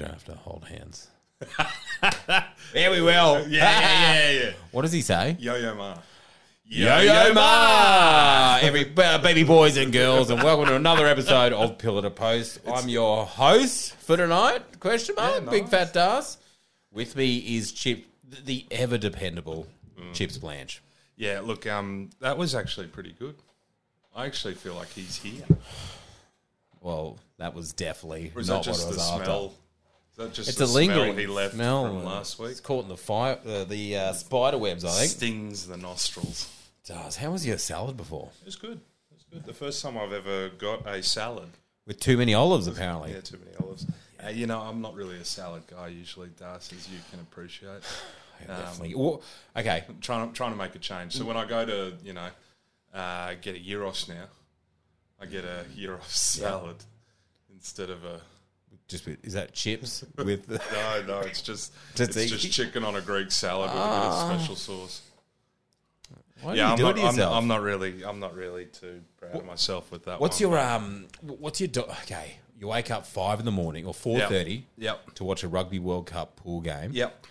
have to hold hands. There we will. Yeah, yeah, yeah, yeah. What does he say? Yo Yo Ma. Yo-Yo Ma! Every uh, baby boys and girls, and welcome to another episode of Pillar to Post. I'm your host for tonight. Question mark? Yeah, Big nice. fat Das. With me is Chip, the ever dependable Mm. Chips Blanche. Yeah, look, um, that was actually pretty good. I actually feel like he's here. Well, that was definitely Or is not that what just I the was after. smell? Is that just It's the a lingering smell he left smell. from last week? It's caught in the fire, uh, the uh, spider webs. I think. Stings the nostrils. Das, how was your salad before? It was good. It was good. The first time I've ever got a salad. With too many olives, apparently. Yeah, too many olives. Uh, you know, I'm not really a salad guy usually, Das, as you can appreciate. um, Definitely. Well, okay. trying to trying to make a change. So when I go to you know uh, get a gyros now, I get a gyros salad instead of a Just with- is that chips with? no no. It's just Just it's eat- just chicken on a Greek salad with a bit Ah. of special sauce. Why do Yeah, you I'm do it not, I'm, yourself? I'm not really I'm not really too proud of myself with that. what's one. your um? What's your do- okay? You wake up five in the morning or four Yep. thirty Yep. to watch a rugby World Cup pool game. Yep.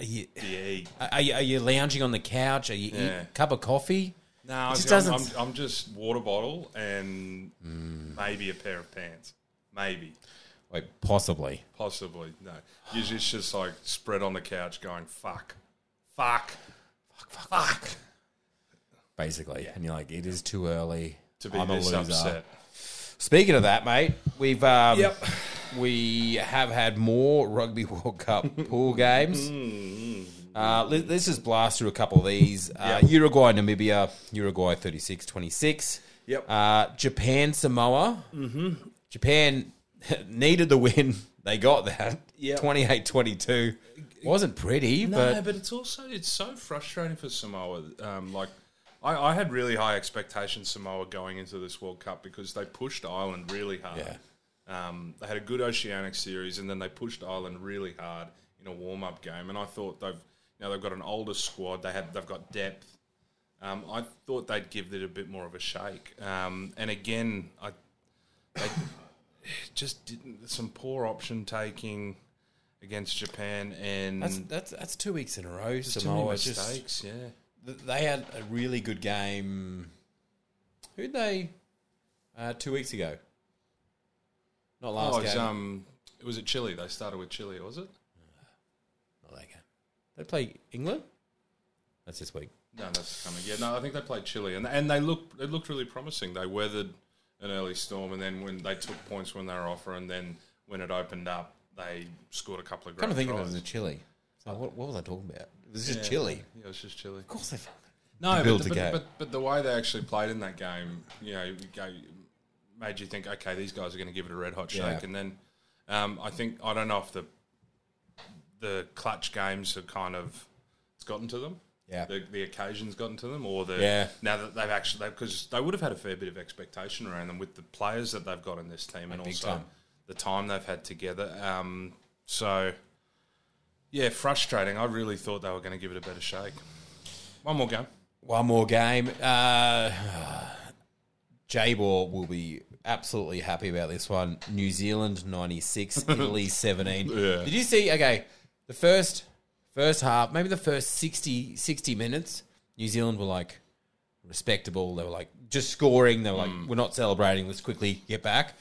Are you, Yeah. are you are you lounging on the couch? Are you Yeah. eating cup of coffee? No, just I'm, doesn't- I'm, I'm just water bottle and Hmm. maybe a pair of pants. Maybe. Wait, possibly. Possibly. No. Usually it's just like spread on the couch going, fuck. Fuck. Fuck, fuck, fuck. Basically, and you're like, it is too early To be I'm a this loser. upset. Speaking of that, mate, we've um, we have had more rugby World Cup pool games. Uh, let, let's just blast through a couple of these: uh, Mm-hmm. Yep. Uruguay, Namibia, Uruguay 36-26. Yep. Uh, Japan, Samoa. Mm-hmm. Japan needed the win; they got that. Yep. 28-22. Wasn't pretty, No, but but, it's also it's so frustrating for Samoa. Um, like I, I had really high expectations Samoa going into this World Cup because they pushed Ireland really hard. Yeah. Um, they had a good Oceanic series, and then they pushed Ireland really hard in a warm up game. And I thought they've you know they've got an older squad. They have they've got depth. Um, I thought they'd give it a bit more of a shake. Um, and again, I they just didn't some poor option taking against Japan and that's, that's that's two weeks in a row. too many Samoa just mistakes, yeah. th- they had a really good game. Who'd they? Uh, two weeks ago. Not last Oh, it was, game. um, was it Chile? They started with Chile, was it? Not that game. They play England. That's this week. No, that's coming. Yeah, no, I think they played Chile, and and they looked it looked really promising. They weathered an early storm, and then when they took points when they were off, and then when it opened up, they scored a couple of. Come to great think of it, it tries. was a Chile. So what, what was I talking about? It was just Chile. Yeah, it was just Chile. Of course they. No, build but, the the, gap. but, but but the way they actually played in that game, you know, you go- made you think, okay, these guys are going to give it a red hot shake, Yeah. and then um, I think I don't know if the the clutch games have kind of it's gotten to them. Yeah. the, the occasion's gotten to them, or the Yeah. now that they've actually because they would have had a fair bit of expectation around them with the players that they've got in this team, and big also time. the time they've had together. Um, so. Yeah, frustrating. I really thought they were going to give it a better shake. One more game. One more game. Uh, J-Bor will be absolutely happy about this one. New Zealand 96, Italy 17. Did you see, okay, the first first half, maybe the first 60, 60 minutes, New Zealand were like respectable. They were like just scoring. They were like, we're not celebrating. Let's quickly get back.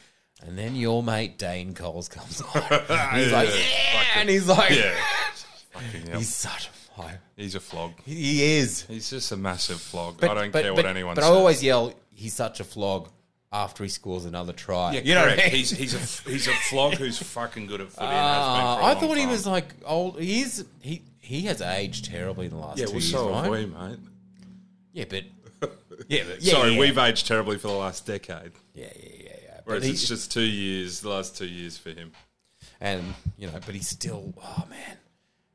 And then your mate Dane Coles comes on. And he's like, Yeah. yeah. And he's like, Fucking hell. he's such a fly. He's a flog. He is. He's just a massive flog. I don't but- care what but- anyone But says. I always yell, "He's such a flog." After he scores another try, yeah, you know. What I, correct. mean? He's he's a he's a flog who's fucking good at footy. Uh, and has been for a I long thought he time. was like old. He is. He he has aged terribly in the last yeah. two Well, years, so right? have we, mate. Yeah, but yeah, but, yeah, Sorry, yeah, we've aged terribly for the last decade. yeah, yeah, yeah. yeah. But Whereas he, it's just two years, the last two years for him. and you know, but he's still. Oh man,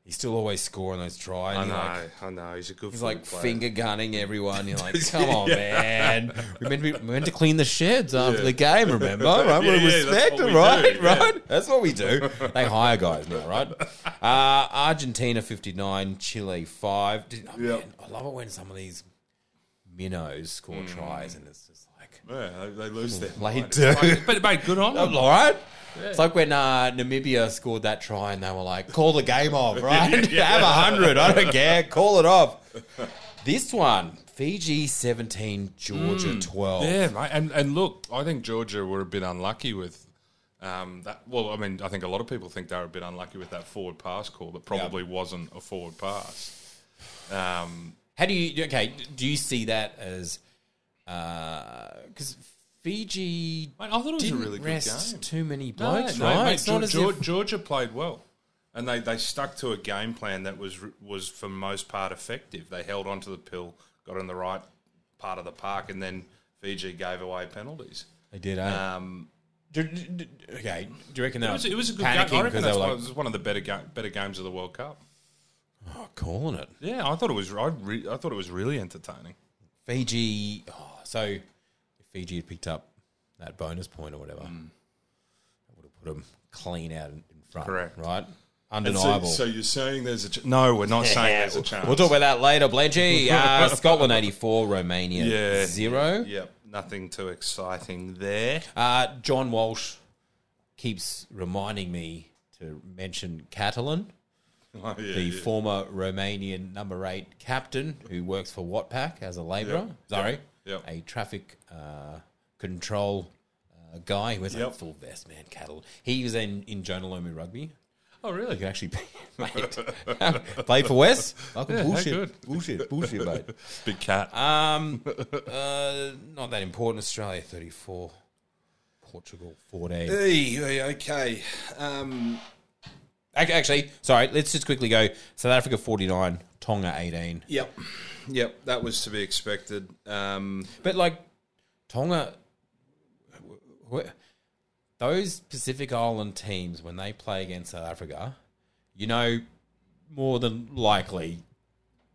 he's still always scoring those tries. I and know, you're like- I know. He's a good. He's like player. finger gunning everyone. You're like, come on, man. We meant, to be, we meant to clean the sheds after Yeah. the game, remember? Right? Yeah, we yeah, that's respect what we them, right? do, yeah. right? That's what we do. They hire guys now, right? Uh, Argentina 59, Chile 5. Did, oh, Yep. man, I love it when some of these minnows score Hmm. tries, and it's just like Yeah, they, they lose their they mind. do. But mate, good on I'm them. all right. It's like when uh, Namibia scored that try and they were like, call the game off, right? Have a hundred. I don't care. Call it off. This one, Fiji 17, Georgia 12. Hmm. Yeah, mate. And, and look, I think Georgia were a bit unlucky with um, that. Well, I mean, I think a lot of people think they were a bit unlucky with that forward pass call that probably wasn't a forward pass. Um, How do you, okay, do you see that as, because Fiji mate, I thought it was didn't a really good rest game. too many No, blokes, no, right? mate, it's not Geor- as Geor- if, Georgia played well. And they, they stuck to a game plan that was was for most part effective. They held onto the pill, got in the right part of the park, and then Fiji gave away penalties. they did, eh? Um, Do- do- do- okay, do you reckon they It were was, it was a good game. panicking I reckon because that's they were one, like, it was one of the better ga- better games of the World Cup. oh, calling it? Yeah, I thought it was. I, re, I thought it was really entertaining. Fiji. Oh, so if Fiji had picked up that bonus point or whatever, Mm. that would have put them clean out in in front. Correct. Right? Undeniable. you're saying there's a ch- no? We're not saying there's a chance. we'll talk about that later, Bledgy. Uh, Scotland 84, Romania yeah, 0. Yep, nothing too exciting there. Uh, John Walsh keeps reminding me to mention Catalan, Oh, yeah, the yeah. former Romanian number eight captain who works for Watpac as a labourer. Sorry, Yep. a traffic uh, control uh, guy who has a Yep. full vest, man, cattle. He was in, in Jonalomi Rugby. Oh, He really? could actually mate, play for West. Fucking Yeah, how bullshit, good. bullshit, bullshit, mate. big cat. Um, uh, not that important. Australia thirty-four, Portugal fourteen. okay. Um, Ac- Actually, sorry, let's just quickly go. South Africa 49, Tonga 18. yep, yep. That was to be expected. Um, But like Tonga, wh- wh- those Pacific Island teams, when they play against South Africa, you know, more than likely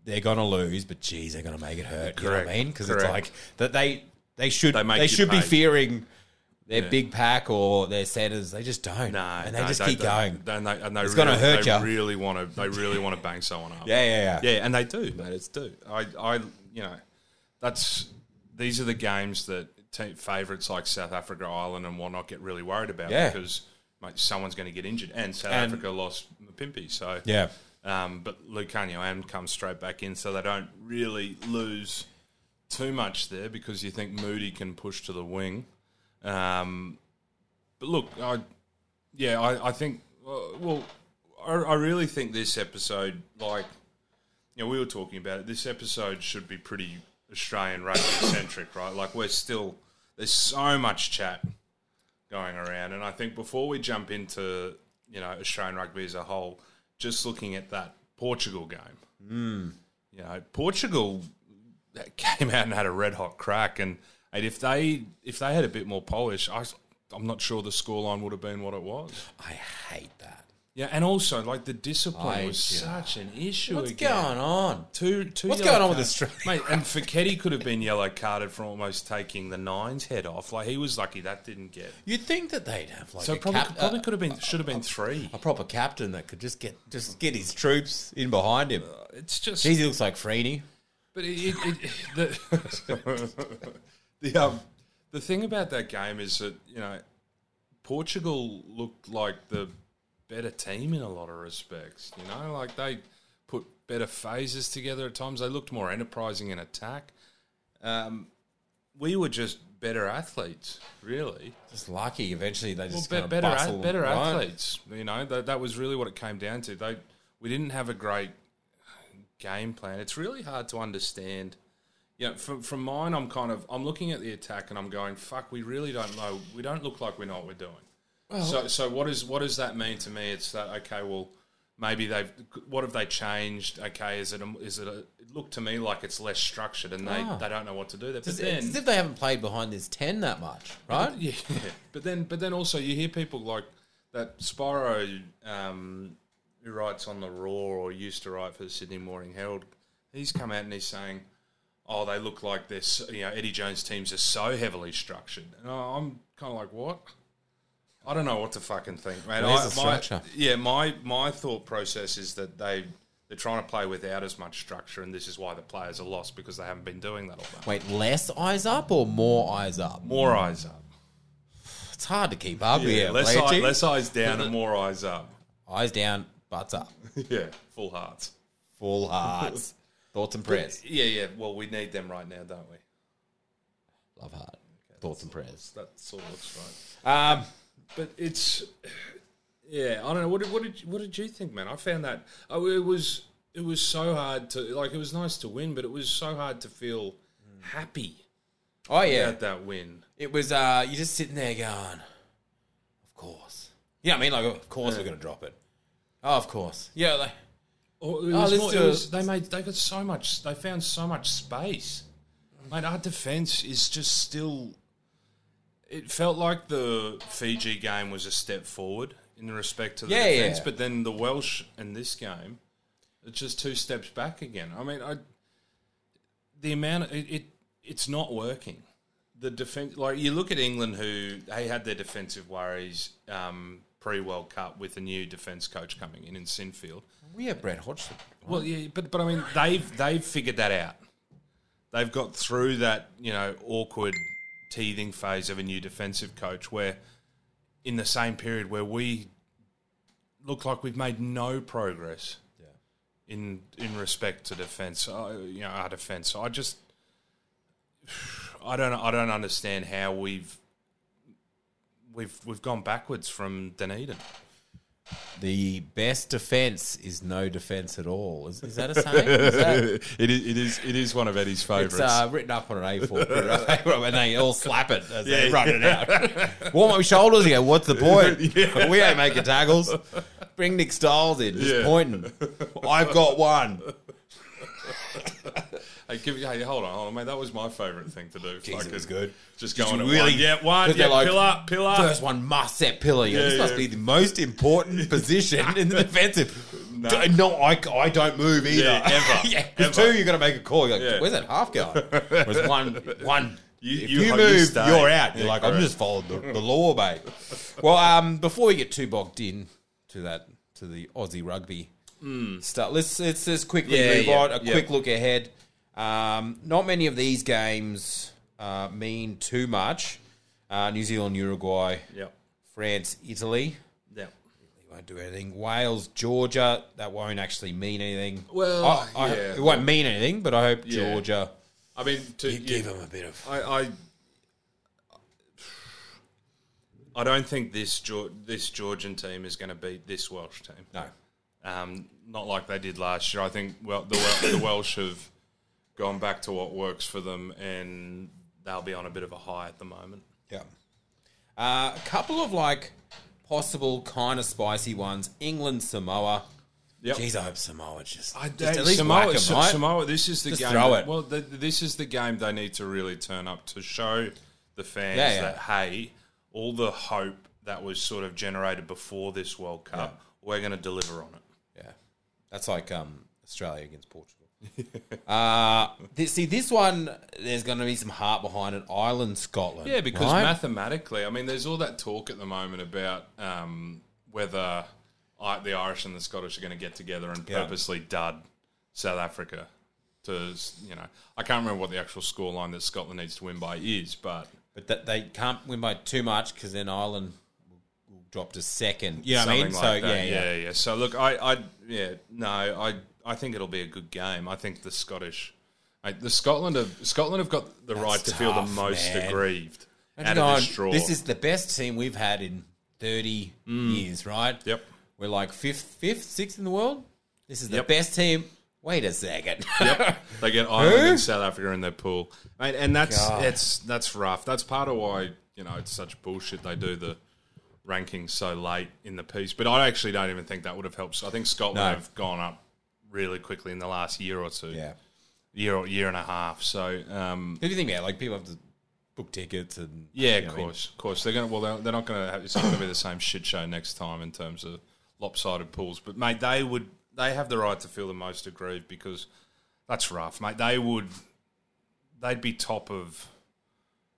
they're going to lose, but geez, they're going to make it hurt. You know what I Correct, mean? Because it's correct. like that they, they should, They they, make you should be pay. fearing their big pack or their centers. They just don't. no, and they no, just keep going. And they, and they It's really, gonna hurt they ya. Really want to. They really want to bang someone up. yeah, yeah, yeah. Yeah, and they do, mate. It's do. I, I, you know, that's these are the games that te favourites like South Africa, Ireland, and whatnot get really worried about Yeah. because mate, someone's going to get injured, and South And- Africa lost Pimpy, so Yeah. Um, but Lucanio Am comes straight back in, so they don't really lose too much there because you think Moody can push to the wing. Um, but look, I yeah, I, I think uh, well, I, I really think this episode, like you know, we were talking about it. This episode should be pretty Australian rugby centric, right? Like we're still there's so much chat going around, and I think before we jump into you know Australian rugby as a whole, just looking at that Portugal game, mm. Hmm. you know, Portugal came out and had a red hot crack, and, and if they if they had a bit more polish, I. s- I'm not sure the scoreline would have been what it was. I hate that. Yeah, and also like the discipline I- was such an issue. What's again. going on? Two, two What's yellow going on with cards. Australia? Mate, and Fiketty could have been yellow carded for almost taking the nine's head off. Like he was lucky that didn't get. You'd think that they'd have like So a, probably, cap- probably a- could have been should have been three. a proper captain that could just get just get his troops in behind him. It's just, Geez, he looks like Freeney. but it, it, it, the, the um the thing about that game is that you know Portugal looked like the better team in a lot of respects. You know, like they put better phases together at times. They looked more enterprising in attack. Um, we were just better athletes, really. Just lucky. Eventually, they Well, just be- kind better, of ath- bustle, better right? athletes. You know that that was really what it came down to. They we didn't have a great game plan. It's really hard to understand. You know, from from mine, I'm kind of I'm looking at the attack and I'm going, fuck, we really don't know. We don't look like we know what we're doing. so so what is what does that mean to me? It's that okay, well. Maybe they've. What have they changed? Okay, is it? A, is it? A, it looked to me like it's less structured, and they, they don't know what to do. There, It's, but then, it's as if they haven't played behind this ten that much, right? yeah, but then but then also you hear people like that Spyro um, who writes on the Raw or used to write for the Sydney Morning Herald. He's come out and he's saying, "Oh, they look like this." You know, Eddie Jones teams are so heavily structured, and I- I'm kind of like, "What?" I don't know what to fucking think, man. Where's I- the my- structure? yeah, my my thought process is that they they're trying to play without as much structure, and this is why the players are lost because they haven't been doing that all that. Wait, less eyes up or more eyes up? More eyes up. It's hard to keep up here. less, Blatty. eye, less eyes down and more eyes up. eyes down, butts up, Yeah, full hearts. full hearts, thoughts and prayers. Yeah, yeah. Well, we need them right now, don't we? Love heart, thoughts and prayers. That sort of looks right. Um, But it's yeah. I don't know. What did what did you- what did you think, man? I found that oh, it was it was so hard to like. It was nice to win, but it was so hard to feel happy oh yeah, at that win. it was. Uh, you're just sitting there going, of course. You know what I mean? Like, of course we're gonna drop it. Oh, of course. Yeah, like oh, Or it was let's more, do it a- was, they made they got so much. They found so much space. Mate, our defense is just still. It felt like the Fiji game was a step forward in respect to the Yeah, defense, yeah. but then the Welsh in this game, it's just two steps back again. I mean, I the amount it, it it's not working. The defense, like you look at England, who they had their defensive worries um, pre World Cup with a new defense coach coming in in Sinfield. we have Brad Hodgson. Well, yeah, but but I mean, they've they've figured that out. They've got through that you know awkward teething phase of a new defensive coach, where in the same period where we look like we've made no progress in in respect to defence, uh, you know, our defence. I just I don't I don't understand how we've. We've, we've gone backwards from Dunedin. The best defense is no defense at all. Is, is that a saying? Is that, it, is, it is it is one of Eddie's favourites. It's uh, written up on an A4 paper, and they all slap it as they run it out. Warm up your shoulders. You go, what's the point? We ain't making tackles. Bring Nick Styles in, just Yeah. pointing. I've got one. Hey, give, hey, hold on, hold on, mate. That was my favourite thing to do. Jeez, it Fucking was good. Just Just going to really- one, yeah, one, 'cause yeah, they're like, pill up, pill up. First one must set pillar. You go, Yeah, this must yeah. be the most important position in the defensive. No. D- No, I, I don't move either. Yeah, ever. yeah, 'cause Ever. two, you've got to make a call. You're like, Yeah. where's that half going? Whereas one, one. You- if you you, hope you move, you stay. are out. You're Yeah, like, I'm correct. just following the, the law, mate. Well, um, before we get too bogged in to that, to the Aussie rugby stuff, let's, let's just quickly Hmm. Yeah, move yeah, on. A yeah. quick look ahead. Um, not many of these games uh, mean too much. Uh, New Zealand, Uruguay, Yep, France, Italy. yep. It won't do anything. Wales, Georgia, that won't actually mean anything. Well, I, I, yeah. it won't mean anything, but I hope Yeah. Georgia I mean, to you- them a bit of. I, I, I don't think this Geor- this Georgian team is going to beat this Welsh team. No, Um, not like they did last year. I think well, the, Wel- the Welsh have gone back to what works for them, and they'll be on a bit of a high at the moment. yeah. Uh, a couple of like possible kind of spicy ones. England, Samoa. Yep. Jeez, I hope Samoa just, I just don't- at least Samoa, whack 'em, Sa- right? Samoa, this is the Just game. throw that- it. Well, th this is the game they need to really turn up to show the fans Yeah, yeah. that hey, all the hope that was sort of generated before this World Cup, we're going to deliver on it. Yeah, that's like um, Australia against Portugal. uh, th- see, this one there's going to be some heart behind it. Ireland, Scotland. Yeah, because right? mathematically, I mean, there's all that talk at the moment about um, whether I, the Irish and the Scottish are going to get together and Yeah. purposely dud South Africa. To you know, I can't remember what the actual scoreline that Scotland needs to win by is, but But that they can't win by too much because then Ireland will will drop to second. Yeah, I Something mean, like so yeah, that. yeah, yeah, So look, I, I, yeah, no, I, I think it'll be a good game. I think the Scottish, I, the Scotland have Scotland have got the right to feel the tough, most man. aggrieved out And of going, this draw. this is the best team we've had in thirty years, right? Yep. we're like fifth, fifth, sixth in the world. This is the Yep. best team. Wait a second. they get Ireland and South Africa in their pool, Mate, and that's it's that's rough. That's part of why you know it's such bullshit they do the rankings so late in the piece. But I actually don't even think that would have helped. I think Scotland No. have gone up really quickly in the last year or two, yeah. year or year and a half. So. um Who do you think? Yeah, like people have to book tickets and Yeah, you know, of course, of course. They're gonna well, they're, they're not gonna. Have, it's not gonna be the same shit show next time in terms of lopsided pools. But mate, they would. They have the right to feel the most aggrieved because that's rough, mate. They would. They'd be top of,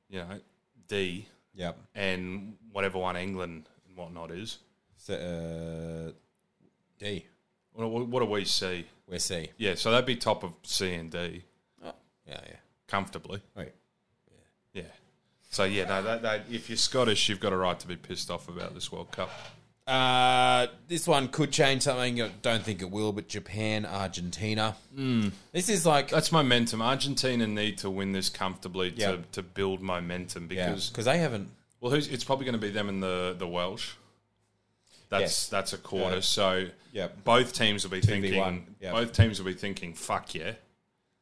you know, D Yep. and whatever one England and whatnot is. So, uh, D. What, what do we see? We're C. Yeah, so that'd be top of C and D Yeah, yeah. comfortably. Wait. Yeah. So yeah, no, that, that, if you're Scottish, you've got a right to be pissed off about this World Cup. Uh, this one could change something. I don't think it will, but Japan, Argentina. Hmm. This is like oh, That's momentum. Argentina need to win this comfortably Yeah. to, to build momentum because because they haven't. well, who's, it's probably going to be them and the the Welsh. That's Yes. that's a quarter. So Yeah. both teams will be thinking. one, yeah. Both teams will be thinking, "Fuck yeah,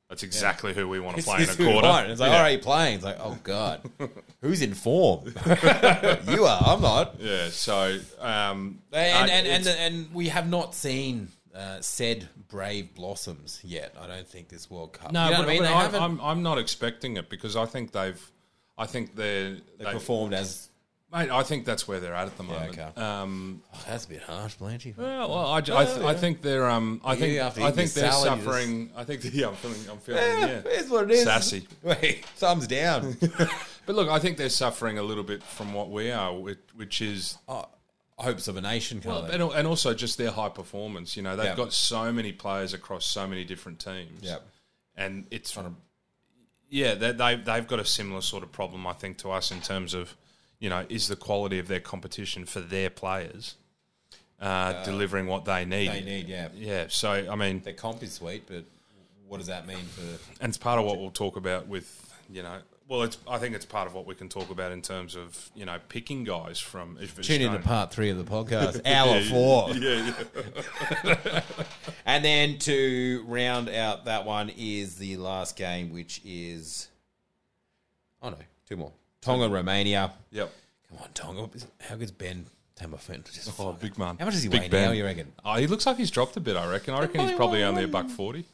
that's exactly who we want to play in a It's who quarter." won. It's like, yeah. all right, playing. It's like, oh god, who's in form? you are. I'm not. Yeah. So um, And uh, and and, it's- and we have not seen uh, said brave blossoms yet. I don't think this World Cup. no, you know but, what I mean. but They I, haven't I'm I'm not expecting it because I think they've. I think they're they, performed as. mate. I think that's where they're at at the moment. okay. Um, Oh, that's a bit harsh, Blanchie. Well, well, I, I, th- I think they're um, I think have to I eat think your they're salad, you suffering. I think yeah, I'm feeling, I'm feeling yeah. It's what it is. Sassy. Wait, thumbs down. But look, I think they're suffering a little bit from what we are, which, which is Hopes of a nation, kind of. and, al- and also just their high performance. You know, they've Yeah. got so many players across so many different teams. Yeah. and it's yeah, they, they they've got a similar sort of problem, I think, to us in terms of you know is the quality of their competition for their players uh, delivering what they need. They need, yeah. Yeah, so I mean, Their comp is sweet, but what does that mean for? and it's part of what we'll talk about with you know well it's i think it's part of what we can talk about in terms of you know picking guys from if it's Tune in to known- part three of the podcast, hour four, yeah, yeah. and then to round out that one is the last game, which is oh no, two more: Tonga, Romania. yep Come on, Tonga. How good's Ben Tamerfan? Just oh big man How much does he big weigh now? You reckon? oh, he looks like he's dropped a bit i reckon i reckon he's probably only a buck 40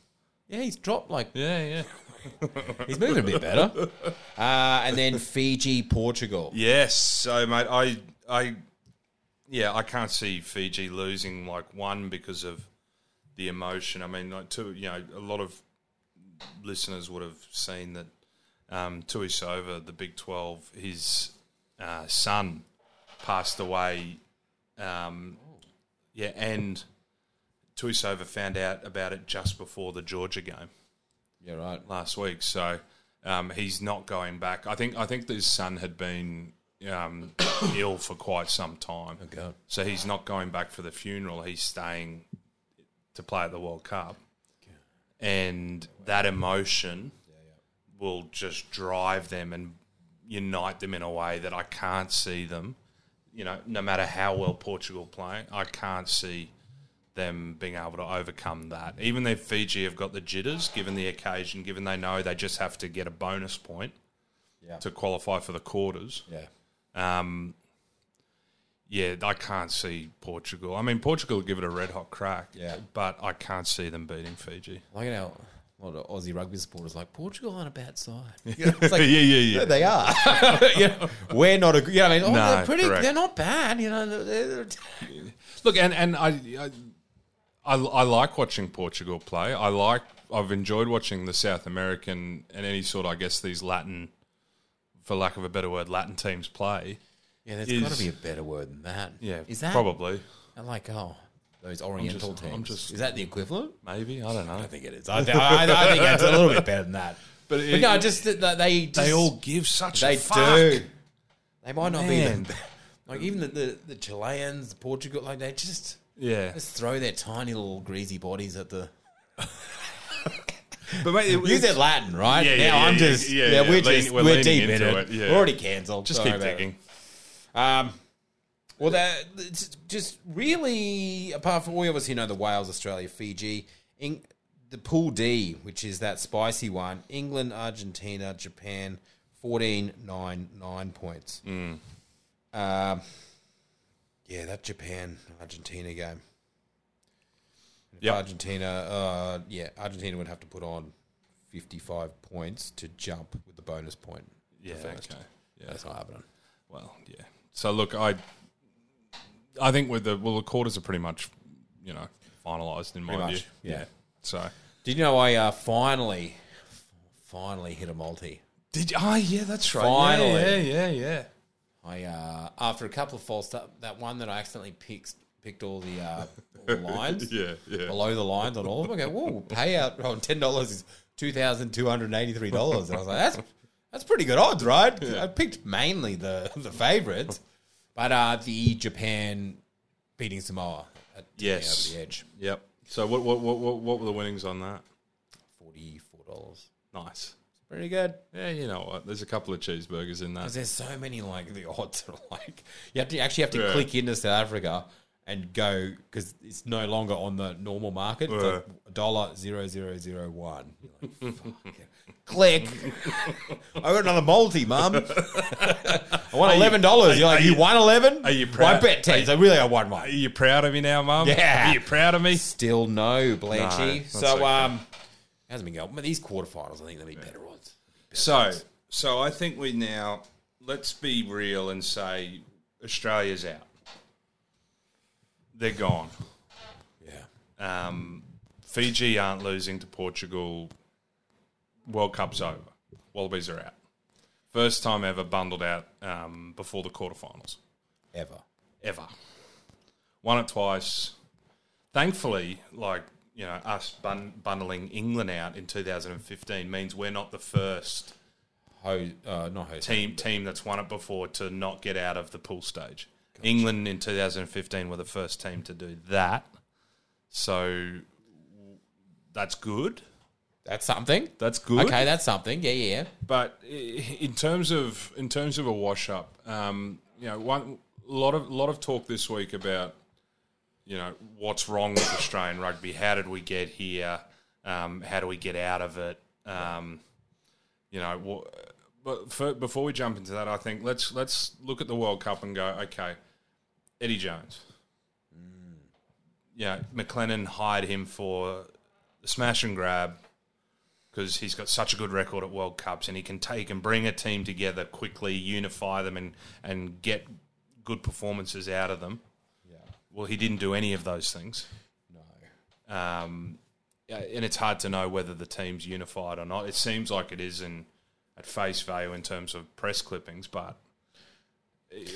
Yeah, he's dropped like yeah yeah he's moving a bit better. Uh, and then Fiji, Portugal. yes so mate i i yeah i can't see fiji losing like one because of the emotion i mean like two you know a lot of listeners would have seen that um, Tui Sova, the Big 12, his uh, son passed away. Um, yeah, and Tui Sova found out about it just before the Georgia game Yeah, right. last week. So um, he's not going back. I think I think his son had been um, ill for quite some time. God. So he's not going back for the funeral. He's staying to play at the World Cup. And that emotion will just drive them and unite them in a way that I can't see them. You know, no matter how well Portugal play, I can't see them being able to overcome that. Even though Fiji have got the jitters, given the occasion, given they know they just have to get a bonus point Yeah. to qualify for the quarters. Yeah. Um, yeah, I can't see Portugal. I mean, Portugal will give it a red hot crack, Yeah. but I can't see them beating Fiji. Like you know, a lot of Aussie rugby supporters like Portugal aren't a bad side. You know, it's like, yeah, yeah, yeah, they are. You know, we're not a. You know, what I mean, oh, No, they're pretty. correct. They're not bad. You know, they're, they're- Look, and and I, I, I, I like watching Portugal play. I like. I've enjoyed watching the South American and any sort. I guess these Latin, for lack of a better word, Latin teams play. yeah. There's Is- got to be a better word than that. Yeah, is that probably I Like oh, those Oriental just- teams. I'm just- is that the equivalent? maybe I don't know. I think it is. I, th- I, I think it's a little bit better than that. But, But it, no, just that that they just, they all give such. they a fuck. do. They might not Man. be the, like even the, the the Chileans, Portugal. Like they just Yeah, just throw their tiny little greasy bodies at the. but mate, it, You said Latin, right? Yeah, now yeah, I'm yeah, just yeah, yeah, yeah. we're Lean- just we're we're, leaning deep in into it. it, yeah. We're already cancelled. just Sorry keep about it. digging. Um, well, that it's just really apart from we obviously know the Wales, Australia, Fiji, Eng- the Pool D, which is that spicy one, England, Argentina, Japan, 14, 9, 9 points. Mm. Um, yeah, that Japan Argentina game. If Yep. Argentina, uh, yeah, Argentina would have to put on 55 points to jump with the bonus point. Yeah, okay. Yeah, That's not happening. well, yeah. So look, I, I think with the well, the quarters are pretty much, you know, finalised in my Pretty view. much, yeah. So Did you know I uh, finally, finally hit a multi? did oh yeah, that's right. Finally. yeah, yeah, yeah. yeah. I uh, after a couple of false, that, that one that I accidentally picked, picked all the, uh, all the lines Yeah, yeah. below the lines on all of them. I go, whoa, payout on ten dollars is two thousand two hundred eighty three dollars, and I was like, that's that's pretty good odds, right? I picked mainly the the favorites, but uh, the Japan beating Samoa, that took me Yes. over the edge, Yep. So what what what what, what were the winnings on that? forty four dollars, Nice. pretty good. Yeah, you know what? There's a couple of cheeseburgers in that. Because there's so many like the odds are like you have to you actually have to Yeah. click into South Africa and go because it's no longer on the normal market. It's like dollar zero zero zero one. You're like, fuck it. click. I got another multi, mum. I won eleven dollars. You're like, you, won eleven? are you Well, I proud- bet ten. So really, I won one. Are you proud of me now, Mum? Yeah. Are you proud of me? Still no, Blanchy. No, that's so okay. um, hasn't been going. But these quarterfinals, I think they'll be better odds. So so I think we now let's be real and say Australia's out. They're gone. Yeah, Um, Fiji aren't losing to Portugal. World Cup's over. Wallabies are out. First time ever bundled out um, before the quarterfinals. ever. ever. Won it twice. Thankfully, like you know, us bun- bundling England out in 2015 means we're not the first Ho, uh, not host. team team that's won it before to not get out of the pool stage. England in 2015 were the first team to do that, so that's good. That's something. That's good. Okay, that's something. Yeah, yeah, yeah. But i- in terms of in terms of a wash up, um, you know, one lot of lot of talk this week about you know what's wrong with Australian rugby. How did we get here? Um, how do we get out of it? Um, you know, wha- but for, before we jump into that, I think let's let's look at the World Cup and go. Okay, Eddie Jones. Yeah, McLennan hired him for the smash and grab because he's got such a good record at World Cups and he can take and bring a team together quickly, unify them, and and get good performances out of them. Well, he didn't do any of those things. No. Um, yeah, and it's hard to know whether the team's unified or not. It seems like it is in, at face value in terms of press clippings, but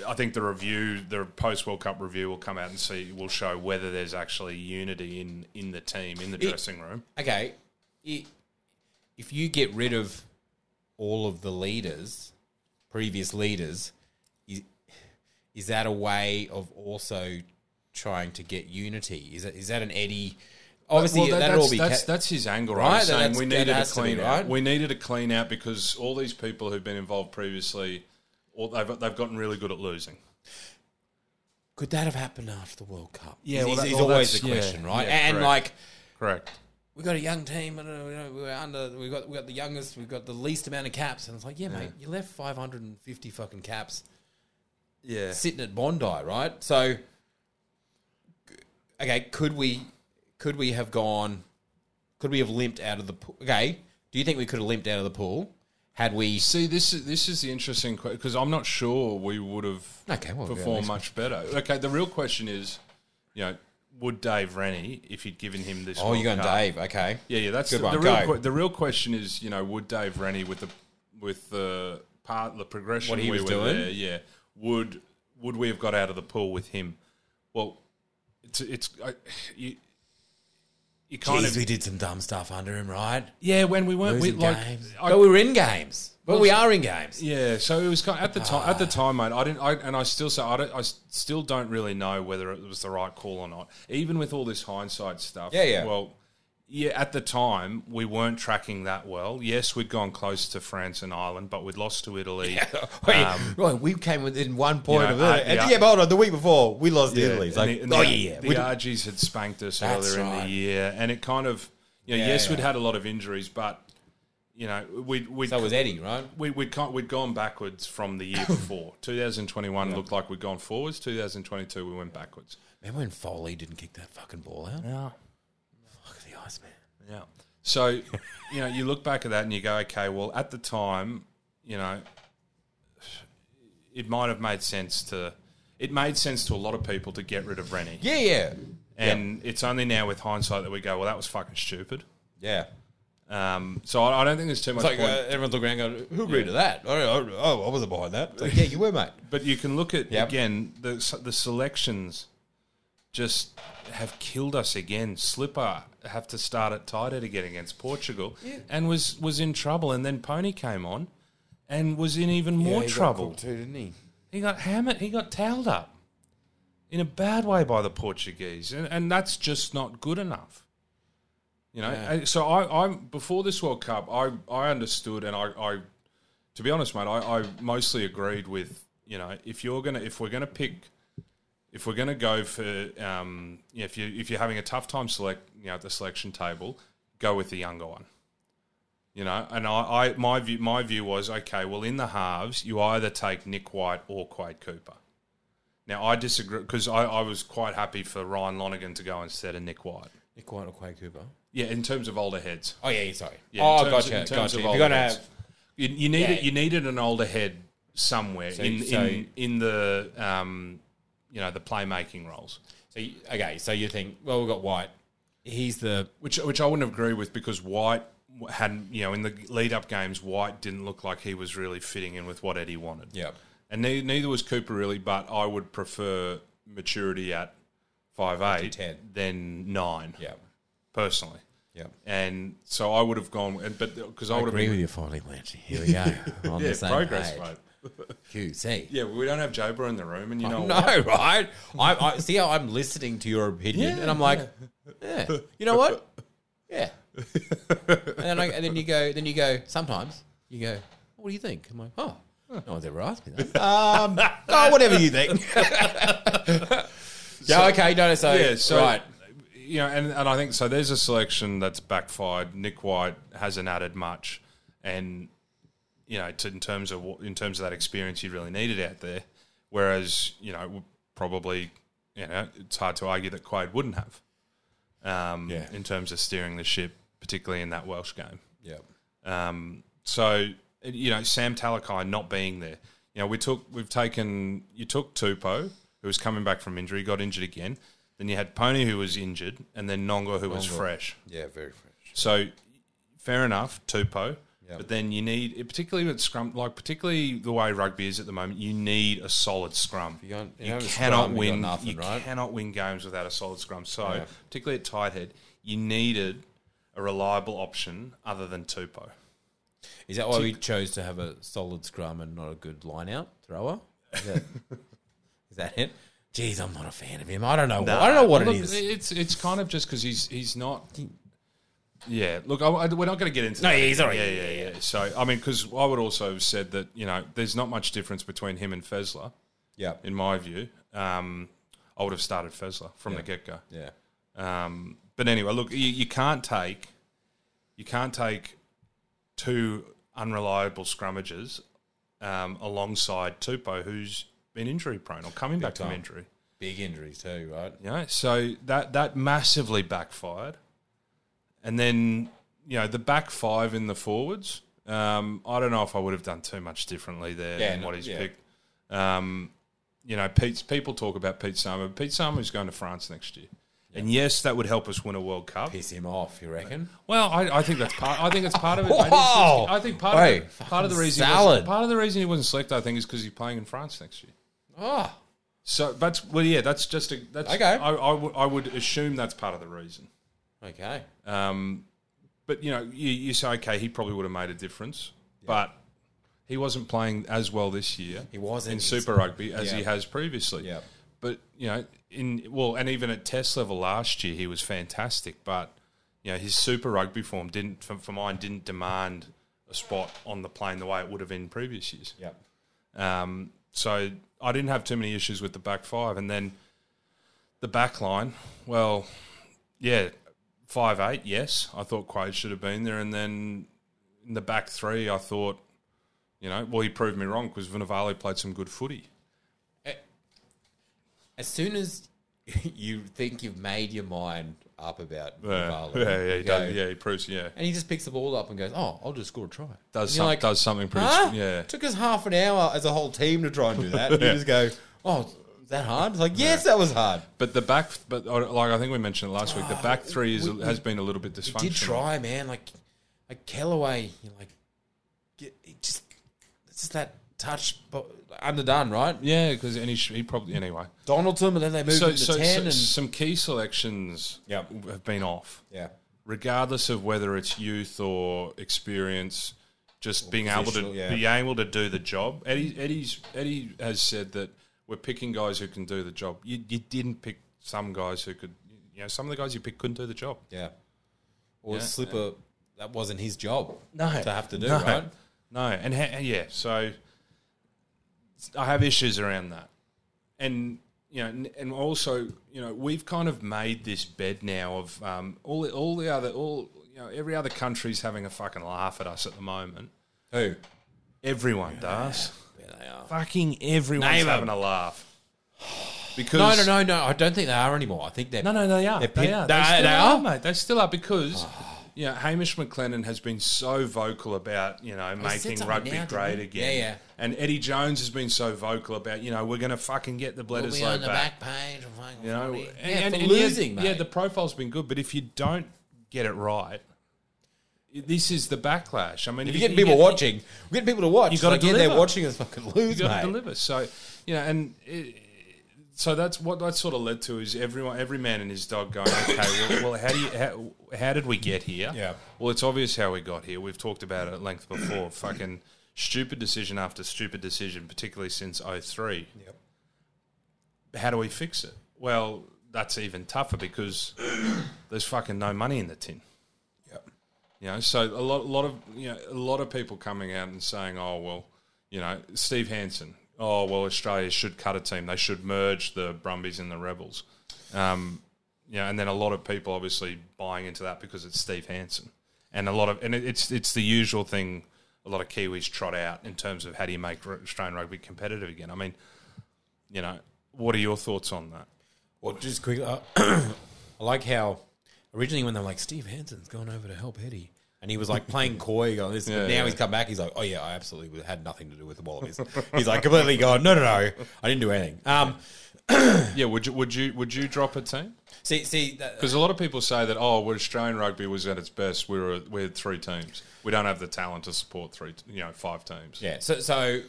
I think the review, the post World Cup review, will come out and see will show whether there's actually unity in in the team in the dressing room. Okay. i- If you get rid of all of the leaders, previous leaders, is, is that a way of also trying to get unity? Is that, is that an Eddie? Obviously, that- that'll that's, all be. that's, ca- that's his angle, Right, right? He's that- saying that's- we that needed a has to be, clean out. right? We needed a clean out because all these people who've been involved previously, all, they've they've gotten really good at losing. could that have happened after the World Cup? Yeah, is, well, is, that- is well, always the that's- yeah, question, right? yeah, and correct. like, Correct. we got a young team, and uh, you know, we're under. We got we got the youngest. We've got the least amount of caps, and it's like, yeah, mate, you left five hundred and fifty fucking caps Yeah. sitting at Bondi, right? So, g- okay, could we could we have gone? Could we have limped out of the pool? Okay, do you think we could have limped out of the pool had we? See, this is this is the interesting question because I'm not sure we would have Okay, well, yeah, performed makes- much better. Okay, the real question is, you know, would Dave Rennie, if you'd given him this? Oh, World you're going Cup- Dave? Okay, Yeah, yeah, that's Good the, one, the real. go. Que- the real question is, you know, would Dave Rennie with the with the part the progression What he we was were doing? there, yeah, would would we have got out of the pool with him? Well, it's it's I, you, you kind Jeez, of we did some dumb stuff under him, right? yeah when we weren't we, Losing like games, I- but we were in games. But we are in games. yeah, so it was kind at the time. Ah. At the time, mate, I didn't, I, and I still say I, don't, I s- still don't really know whether it was the right call or not. Even with all this hindsight stuff, Yeah, yeah. Well, yeah, at the time we weren't tracking that well. Yes, we'd gone close to France and Ireland, but we'd lost to Italy. Wait, right, we came within one point Um, know, of it. uh, and yeah. yeah, but hold on, the week before we lost Yeah, to Italy. It's and like, the- and the- oh yeah, yeah. the uh, We- Argies had spanked us That's earlier in right. the year, and it kind of, you know, Yeah, yes, yeah. we'd had a lot of injuries, but you know, we we so was Eddie, right? we, we'd, con- we'd gone backwards from the year before. 2021 looked like we'd gone forwards. 2022, we went backwards. Remember when Foley didn't kick that fucking ball out? Yeah. Fuck the ice man. Yeah. So, you know, you look back at that and you go, okay, well, at the time, you know, it might have made sense to. It made sense to a lot of people to get rid of Rennie. Yeah, yeah, And it's only now with hindsight that we go, well, that was fucking stupid. yeah. Um, so I, I don't think there's too much It's like uh, point. everyone's looking around going, who agreed to that? Oh, oh, oh, I wasn't behind that. It's like, yeah, you were, mate. But you can look at Yep. again the the selections just have killed us again. Slipper have to start at tight end again against Portugal, and was was in trouble. And then Pony came on, and was in even more Yeah, he got trouble. cooked too, didn't he? He got hammered. He got towelled up in a bad way by the Portuguese, and, and that's just not good enough. You know. And So I, I before this World Cup, I, I understood, and I, I, to be honest, mate, I, I mostly agreed with you know if you're gonna if we're gonna pick. If we're going to go for, um, you know, if you if you're having a tough time select, you know, at the selection table, go with the younger one you know. And I, I my view, my view was okay. Well, in the halves, you either take Nick White or Quade Cooper. Now I disagree because I, I was quite happy for Ryan Lonergan to go instead of Nick White. Nick White or Quade Cooper? Yeah, in terms of older heads. Oh yeah, sorry. Yeah, in oh, terms- gotcha, in terms gotcha. of If You're older gonna heads. have You, you needed Yeah. you needed an older head somewhere in, so- in in the um, you know the playmaking roles. so you, okay. So you think well, we've got White. He's the which which I wouldn't agree with because White had you know in the lead up games White didn't look like he was really fitting in with what Eddie wanted. Yep. and neither, neither was Cooper really. But I would prefer maturity at five eight 10. than nine. yeah personally. yeah. And so I would have gone, and but because I, I would have agree been, with you finally, Lynch. Here we go. We're on the yeah, same progress, page. mate. QC. Yeah, we don't have Jabra in the room, and you know, Oh, No, what? right? I, I see how I'm listening to your opinion, Yeah, and I'm like, yeah. you know what? Yeah. and then I, and then you go, then you go. Sometimes you go, what do you think? I'm like, oh, no one's ever asked me that. um, oh, whatever you think. yeah. okay. No. So yeah, so right. you know, and, and I think so. There's a selection that's backfired. Nick White hasn't added much, and you know, to, in terms of what- in terms of that experience he really needed out there. Whereas you know, probably you know, it's hard to argue that Quade wouldn't have. Um, Yeah. in terms of steering the ship, particularly in that Welsh game. Yeah. Um, so you know, Sam Talakai not being there. You know, we took we've taken you took Tupo, who was coming back from injury, got injured again. Then you had Pony who was injured, and then Nonga who was fresh. Yeah. Very fresh. So fair enough, Tupo. Yep. But then you need, particularly with scrum, like particularly the way rugby is at the moment, you need a solid scrum. You don't- you You, don't have a cannot scrum, you got win. nothing, you right? cannot win games without a solid scrum. So particularly at tight head, you needed a reliable option other than Tupo. Is that why we chose to have a solid scrum and not a good line out thrower? Is that, is that it? Jeez, I'm not a fan of him. I don't know. I don't know what Look, it is. It's it's kind of just because he's he's not. Yeah, look, I, I- we're not going to get into. No, that. yeah, he's all right. Yeah, yeah, yeah. So I mean, because I would also have said that you know there's not much difference between him and Fesler yeah. in my view. Um, I would have started Fesler from the get go. Yeah. Um, but anyway, look, you, you can't take you can't take two unreliable scrummages um, alongside Tupo, who's been injury prone or coming back from time. injury. Big injuries too, right? You know, so that that massively backfired, and then you know the back five in the forwards. Um, I don't know if I would have done too much differently there Yeah, than no, what he's yeah. picked. Um, you know, Pete's, people talk about Pete Sama. Pete Sama's going to France next year, and yes, that would help us win a World Cup. Piss him off, you reckon? Well, I, I think that's part. I think it's part of it. mate. It's just- Wow. I think part Hey, of the, part of the fucking reason he wasn't- salad. part of the reason he wasn't selected, I think, is because he's playing in France next year. Oh, So that's well, yeah. That's just a that's Okay. I, I would I would assume that's part of the reason. okay. Um, but you know, you, you say okay, he probably would have made a difference, but he wasn't playing as well this year. He wasn't. in Super Rugby as he Yeah. has previously. Yeah. But you know, in well, and even at Test level last year, he was fantastic. But you know, his Super Rugby form didn't, for, for mine, didn't demand a spot on the plane the way it would have in previous years. Yep. Um, so I didn't have too many issues with the back five, and then the back line. Well, yeah, five eight. Yes, I thought Quade should have been there, and then in the back three, I thought, you know, well, he proved me wrong because Vinavale played some good footy. As soon as you think you've made your mind up about Yeah, Vivalo, yeah, yeah, you he go- does, yeah, he proves, yeah, and he just picks the ball up and goes, "Oh, I'll just score a try." does And you're some, like, does something pretty, huh? yeah. Took us half an hour as a whole team to try and do that. And You just go, "Oh, is that hard?" It's like, "Yes, that was hard." But the back, but uh, like I think we mentioned it last week, the back three is, has been a little bit dysfunctional. Did try, man. Like, like Kellaway, you know, like, get, it just it's just that touch, but underdone, right? Yeah, because and he, sh- he probably anyway. Donaldson, and then they moved So, him to so, ten, so and some key selections Yeah. w- have been off, yeah, regardless of whether it's youth or experience. Just being able positional, to yeah. be able to do the job. Eddie, Eddie's Eddie has said that we're picking guys who can do the job. You, you didn't pick some guys who could. You know, some of the guys you picked couldn't do the job. yeah. Or Slipper, that wasn't his job. No, to have to do no, right. No, and ha- and yeah, so I have issues around that, and you know, n- and also you know, we've kind of made this bed now of um, all the, all the other all you know, every other country's having a fucking laugh at us at the moment. Who? Everyone does, Yeah, they are. fucking everyone's Name 'em. having a laugh because No, no, no, no. I don't think they are anymore. I think they're No, no, they are. They're They pin- are. They- They, still they are, are? Ah. mate. They still are because you know, Hamish McLennan has been so vocal about you know said making something rugby now, didn't great he? again. Yeah, yeah. And Eddie Jones has been so vocal about you know we're going to fucking get the We'll Bledisloe be on the back. back, page. of fucking- You know, yeah, and, for and- and losing, yeah, mate. yeah, the profile's been good, but if you don't get it right, this is the backlash. I mean, If you're getting people watching, we're getting people to watch. You It's gotta like, yeah, they're deliver. watching us fucking lose, you got mate. to deliver. So you know, and it, so that's what that sort of led to is everyone, every man and his dog going, okay, well, well how do you, how, how did we get here? Yeah. Well, it's obvious how we got here. We've talked about it at length before. Fucking stupid decision after stupid decision, particularly since 03. How do we fix it? Well, that's even tougher because there's fucking no money in the tin. Yep. You know, so a lot, a lot of you know, a lot of people coming out and saying, "Oh well, you know, Steve Hansen. Oh well, Australia should cut a team. They should merge the Brumbies and the Rebels." Um, you know, and then a lot of people obviously buying into that because it's Steve Hansen, and a lot of and it- it's it's the usual thing. A lot of Kiwis trot out in terms of how do you make r- Australian rugby competitive again. I mean, you know, what are your thoughts on that? Well, just quickly, uh, I like how originally when they're like Steve Hansen's gone over to help Eddie, and he was like playing coy on this, but now yeah. he's come back. He's like, oh yeah, I absolutely would- had nothing to do with the Wallabies. he's like completely gone. No, no, no, I didn't do anything. Um, Yeah, would you would you would you drop a team? see, see, that, Because a lot of people say that oh, well, Australian rugby was at its best. We were we had three teams. We don't have the talent to support three, you know, five teams. yeah. So, so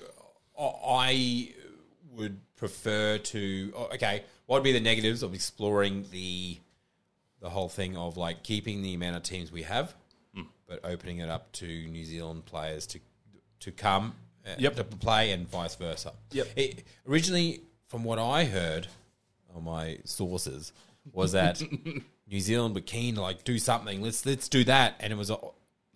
I would prefer to. oh, Okay, what would be the negatives of exploring the the whole thing of like keeping the amount of teams we have, Hmm. but opening it up to New Zealand players to to come uh, Yep. to play and vice versa. Yep. It, originally, from what I heard on my sources, was that New Zealand were keen to like do something. Let's let's do that. And it was uh,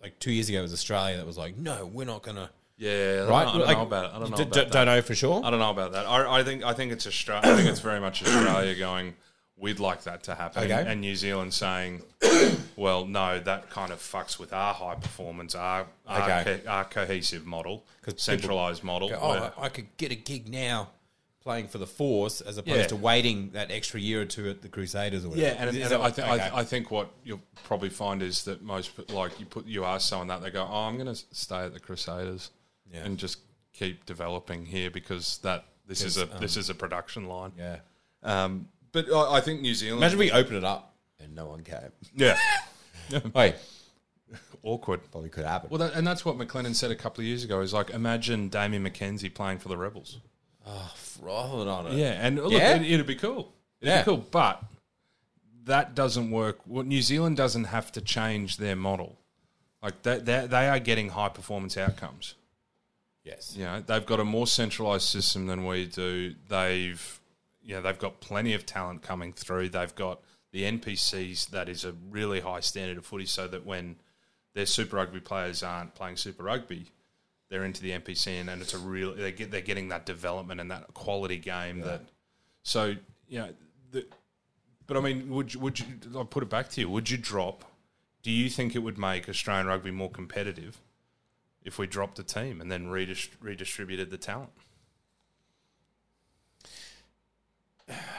like two years ago, it was Australia that was like, no, we're not gonna. yeah. Right? I don't, I don't Like, know about it. I don't know d- about d- that. don't know for sure. I don't know about that. I, I think I think it's Australia. I think it's very much Australia going. We'd like that to happen, Okay. and New Zealand saying, "Well, no, that kind of fucks with our high performance, our our, Okay. co- our cohesive model, 'Cause people centralized model." go, oh, where- I, I could get a gig now playing for the Force as opposed Yeah. to waiting that extra year or two at the Crusaders or whatever. Yeah, and, Is and that I, what- think okay. I, I think what you'll probably find is that most pe- like you put you ask someone that they go, "Oh, I'm going to stay at the Crusaders Yeah. and just keep developing here because that this is a this is a production line." um, yeah. Um, but I, I think New Zealand. Imagine we open it up and no one came. yeah, Wait, awkward. probably could happen. Well, that, and that's what McLennan said a couple of years ago. Is like, imagine Damien McKenzie playing for the Rebels. Frothing on it. Yeah, and look, Yeah. It, it'd be cool. It'd Yeah. be cool, but that doesn't work. Well, New Zealand doesn't have to change their model. Like they, they, they are getting high performance outcomes. Yes. You know, they've got a more centralized system than we do. They've, you know, they've got plenty of talent coming through. They've got the NPCs that is a really high standard of footy, so that when their Super Rugby players aren't playing Super Rugby, they're into the NPC, and, and it's a real they get they're getting that development and that quality game that. So you know, the, but I mean, would you, would you? I'll put it back to you. Would you drop? Do you think it would make Australian rugby more competitive if we dropped a team and then redist- redistributed the talent?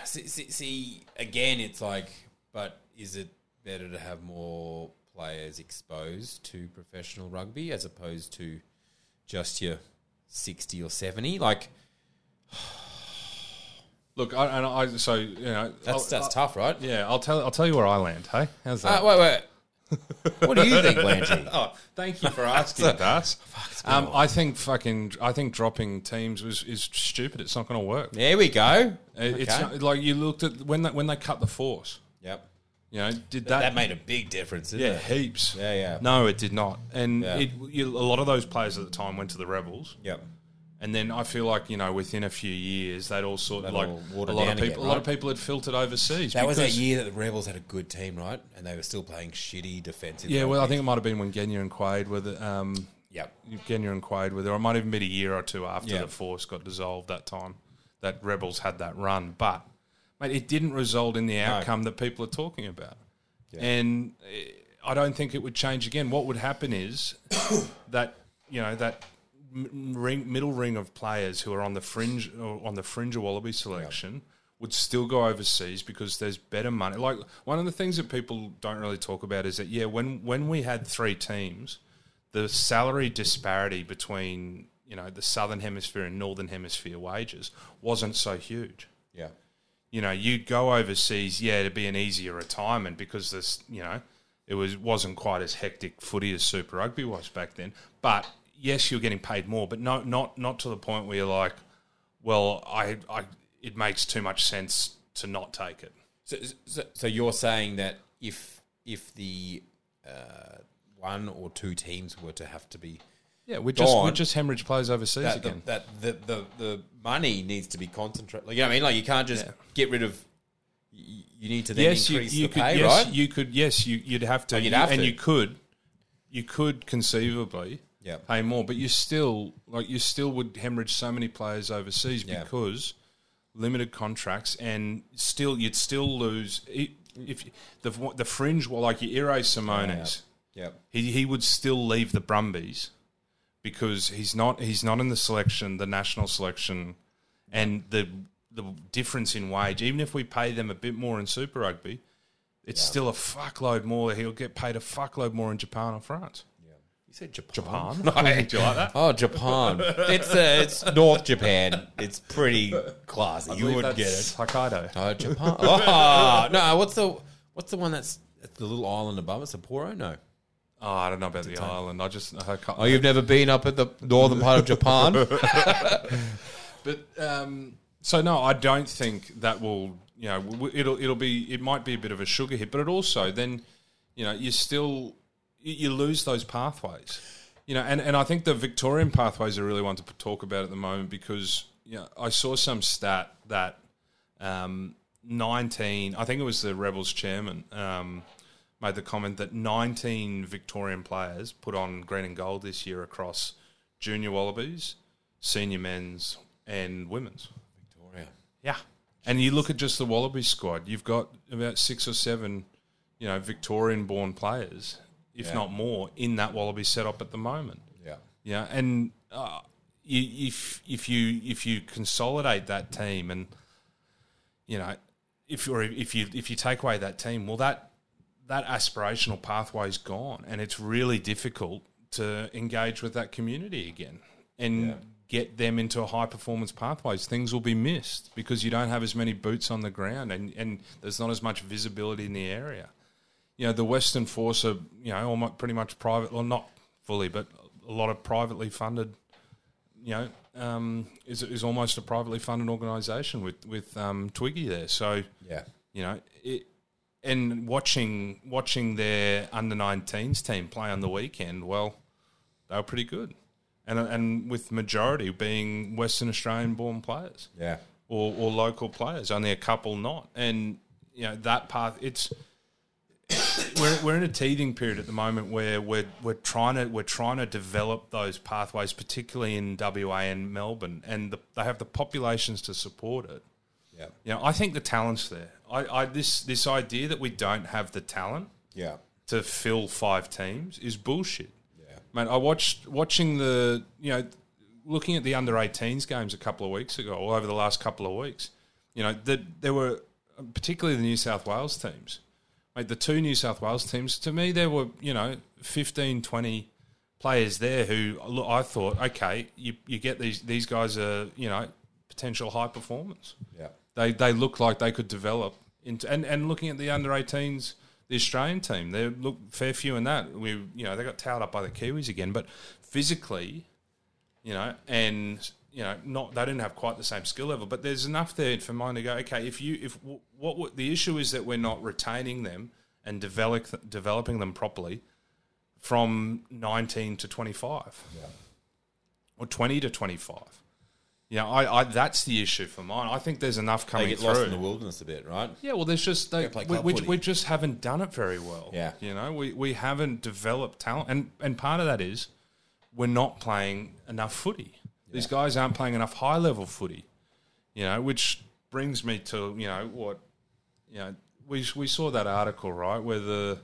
See, see, see, again, it's like, but is it better to have more players exposed to professional rugby as opposed to just your 60 or 70? Like, Look, I, and I so you know that's, I'll- that's I'll- tough, right? Yeah, I'll tell I'll tell you where I land. Hey, how's that? Uh, wait, wait. What do you think, Lanty? Oh, thank you for asking, Das. Um, I think fucking, I think dropping teams was is stupid. It's not going to work. There we go. It- It's Okay. not, like you looked at when they, when they cut the force. Yep. You know, did that, That made a big difference, didn't yeah it? heaps. Yeah, yeah. No, it did not. And Yeah. it, you, a lot of those players at the time went to the Rebels. Yep. And then I feel like you know, within a few years, they'd all sort of That'll like a water lot down of people. again, A lot of right? people had filtered overseas. That was that because- year that the Rebels had a good team, right? And they were still playing shitty defensive. Yeah, well, I rugby. think it might have been when Genya and Quaid were the um, Yep. Genya and Quaid were there. It might even been a year or two after Yeah. the force got dissolved that time that Rebels had that run. But, mate, it didn't result in the outcome that people are talking about. And eh, I don't think it would change again. What would happen is that, you know, that m- ring, middle ring of players who are on the fringe or on the fringe of Wallaby selection would still go overseas because there's better money. Like one of the things that people don't really talk about is that yeah, when when we had three teams, the salary disparity between you know the southern hemisphere and northern hemisphere wages wasn't so huge Yeah. you know, you'd go overseas, yeah, it'd be an easier retirement because this, you know, it was wasn't quite as hectic footy as Super Rugby was back then. But yes, you're getting paid more, but no, not not to the point where you're like, well, I, I, it makes too much sense to not take it. So, so, so you're saying that if if the uh, one or two teams were to have to be Yeah, we just- just we we Gone. just hemorrhage players overseas that the, again. that the, the the money needs to be concentrated. Like, you know what I mean? Like you can't just get rid of. You you need to then yes, you, increase you the could. pay, yes, right? Oh, you could. Yes, you, you'd have to. you'd have and to. you could. You could conceivably Yeah. pay more, but you still like you still would hemorrhage so many players overseas Yeah. because limited contracts, and still you'd still lose i- if the the fringe. Well, like your Ira Simone's, Yep. he he would still leave the Brumbies because he's not he's not in the selection, the national selection, and the the difference in wage. Even if we pay them a bit more in Super Rugby, it's still a fuckload more. He'll get paid a fuckload more in Japan or France. You said Japan. Japan, do you like that? Oh, Japan. it's uh, it's North Japan. It's pretty classy. you would get it. Hokkaido. Oh, Japan. Oh, no, what's the what's the one that's that's the little island above? It's Sapporo. No. Oh, I don't know about the island. I just Hokkaido. Oh, you've never been up at the northern part of Japan? But um, so no, I don't think that will. You know, w- it'll it'll be it might be a bit of a sugar hit, but it also then, you know, you still you, you lose those pathways. You know, and, and I think the Victorian pathways are really one to p- talk about at the moment because you know I saw some stat that um, nineteen, I think it was the Rebels chairman um, made the comment that nineteen Victorian players put on green and gold this year across junior Wallabies, senior men's and women's. Victoria. Yeah. And you look at just the Wallaby squad, you've got about six or seven, you know, Victorian born players, if not more, in that Wallaby setup at the moment. Yeah. Yeah, and uh, you, if if you if you consolidate that team, and you know, if you're if you if you take away that team, well, that that aspirational pathway's gone, and it's really difficult to engage with that community again and get them into high performance pathways. Things will be missed because you don't have as many boots on the ground, and and there's not as much visibility in the area you know, the Western Force are, you know, almost pretty much private, well, not fully, but a lot of privately funded, you know, um, is, is almost a privately funded organisation with, with um, Twiggy there. So, Yeah. you know, it, and watching watching their under 19s team play on the weekend, well, they were pretty good. And, and with majority being Western Australian born players Yeah. or, or local players. Only a couple not, and you know that path. It's we're, we're in a teething period at the moment where we're we're trying to we're trying to develop those pathways, particularly in WA and Melbourne, and the, they have the populations to support it. Yeah. You know, I think the talent's there. I, I this this idea that we don't have the talent Yeah. to fill five teams is bullshit. Yeah. Mate, I watched watching the you know looking at the under 18s games a couple of weeks ago or over the last couple of weeks. You know, the, there were particularly the New South Wales teams. Mate, the two New South Wales teams to me there were, you know, 15 20 players there who look, I thought, okay, you, you get these these guys are, you know, potential high performance Yeah. they they look like they could develop into and, and looking at the under 18s the Australian team. They look fair few in that. We you know they got towed up by the Kiwis again, but physically, you know, and you know, not they didn't have quite the same skill level, but there's enough there for mine to go. Okay, if you if what, what the issue is that we're not retaining them and develop developing them properly from 19 to 25 or 20 to 25. You know, I, I that's the issue for mine. I think there's enough coming They get through. lost in the wilderness a bit, right? Yeah, well, there's just they, play we, club we, footy. we just haven't done it very well. Yeah. you know, we, we haven't developed talent, and and part of that is we're not playing enough footy. These guys aren't playing enough high level footy. You know, which brings me to you know what you know we we saw that article right where the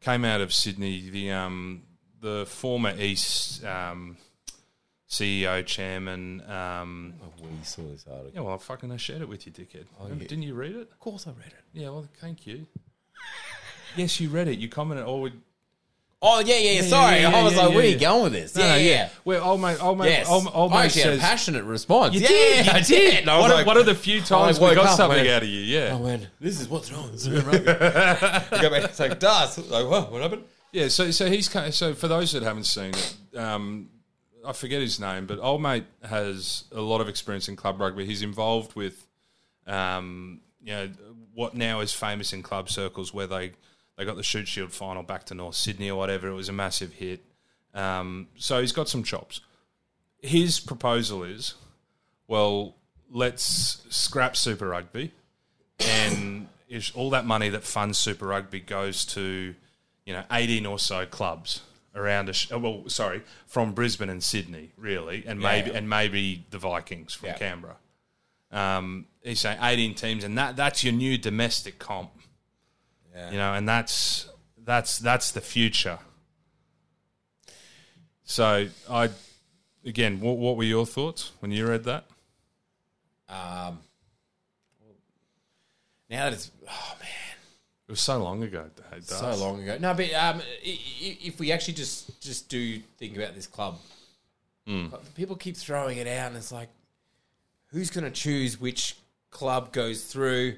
came out of Sydney the um the former East um, CEO chairman um Oh, we saw this article. yeah well I fucking I shared it with you dickhead Oh, yeah. didn't you read it Of course, I read it. yeah, well, thank you. yes, you read it. You commented. Oh, we, Oh yeah, yeah. yeah sorry, yeah, I was yeah, like, yeah, where are yeah. you going with this? yeah, yeah. Well, old mate, old mate, Yes, old, old I mate actually had a says. passionate response. yeah, did, you I did. And I was One, of- like, one of the few times we woke got up, something man. out of you. Yeah, I went, this is what's wrong. This is wrong. I go back. It's like dust. Like what? What happened? yeah. So, so he's kind of, so for those that haven't seen it, um, I forget his name, but old mate has a lot of experience in club rugby. He's involved with, um, you know, what now is famous in club circles, where they they got the shoot shield final back to North Sydney or whatever. It was a massive hit. Um, so he's got some chops. His proposal is, well, let's scrap Super Rugby, and is all that money that funds Super Rugby goes to, you know, eighteen or so clubs around. Aus- oh, well, sorry, from Brisbane and Sydney, really, and maybe Yeah. and maybe the Vikings from Yeah. Canberra. Um, he's saying eighteen teams, and that that's your new domestic comp. Yeah. You know, and that's that's that's the future. So I, again, what, what were your thoughts when you read that? Um, now that it's oh man, It was so long ago. Dave, so Daz. long ago. No, but um, i- i- if we actually just just do think about this club, people keep throwing it out, and it's like, who's going to choose which club goes through?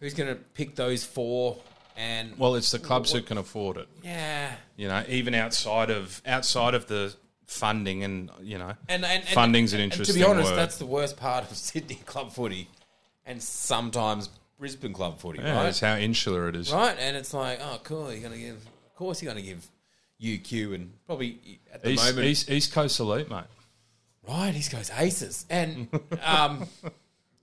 Who's going to pick those four? And Well, it's the clubs who can afford it. yeah, You know, even outside of outside of the funding, and you know, and, and, and funding's an and interesting To be honest, word. that's the worst part of Sydney club footy, and sometimes Brisbane club footy. yeah, right? it's how insular it is. right? And it's like, oh, cool. You're gonna give, of course, you're gonna give UQ and probably at the East, moment, East, East Coast elite, mate. right? He goes aces, and um,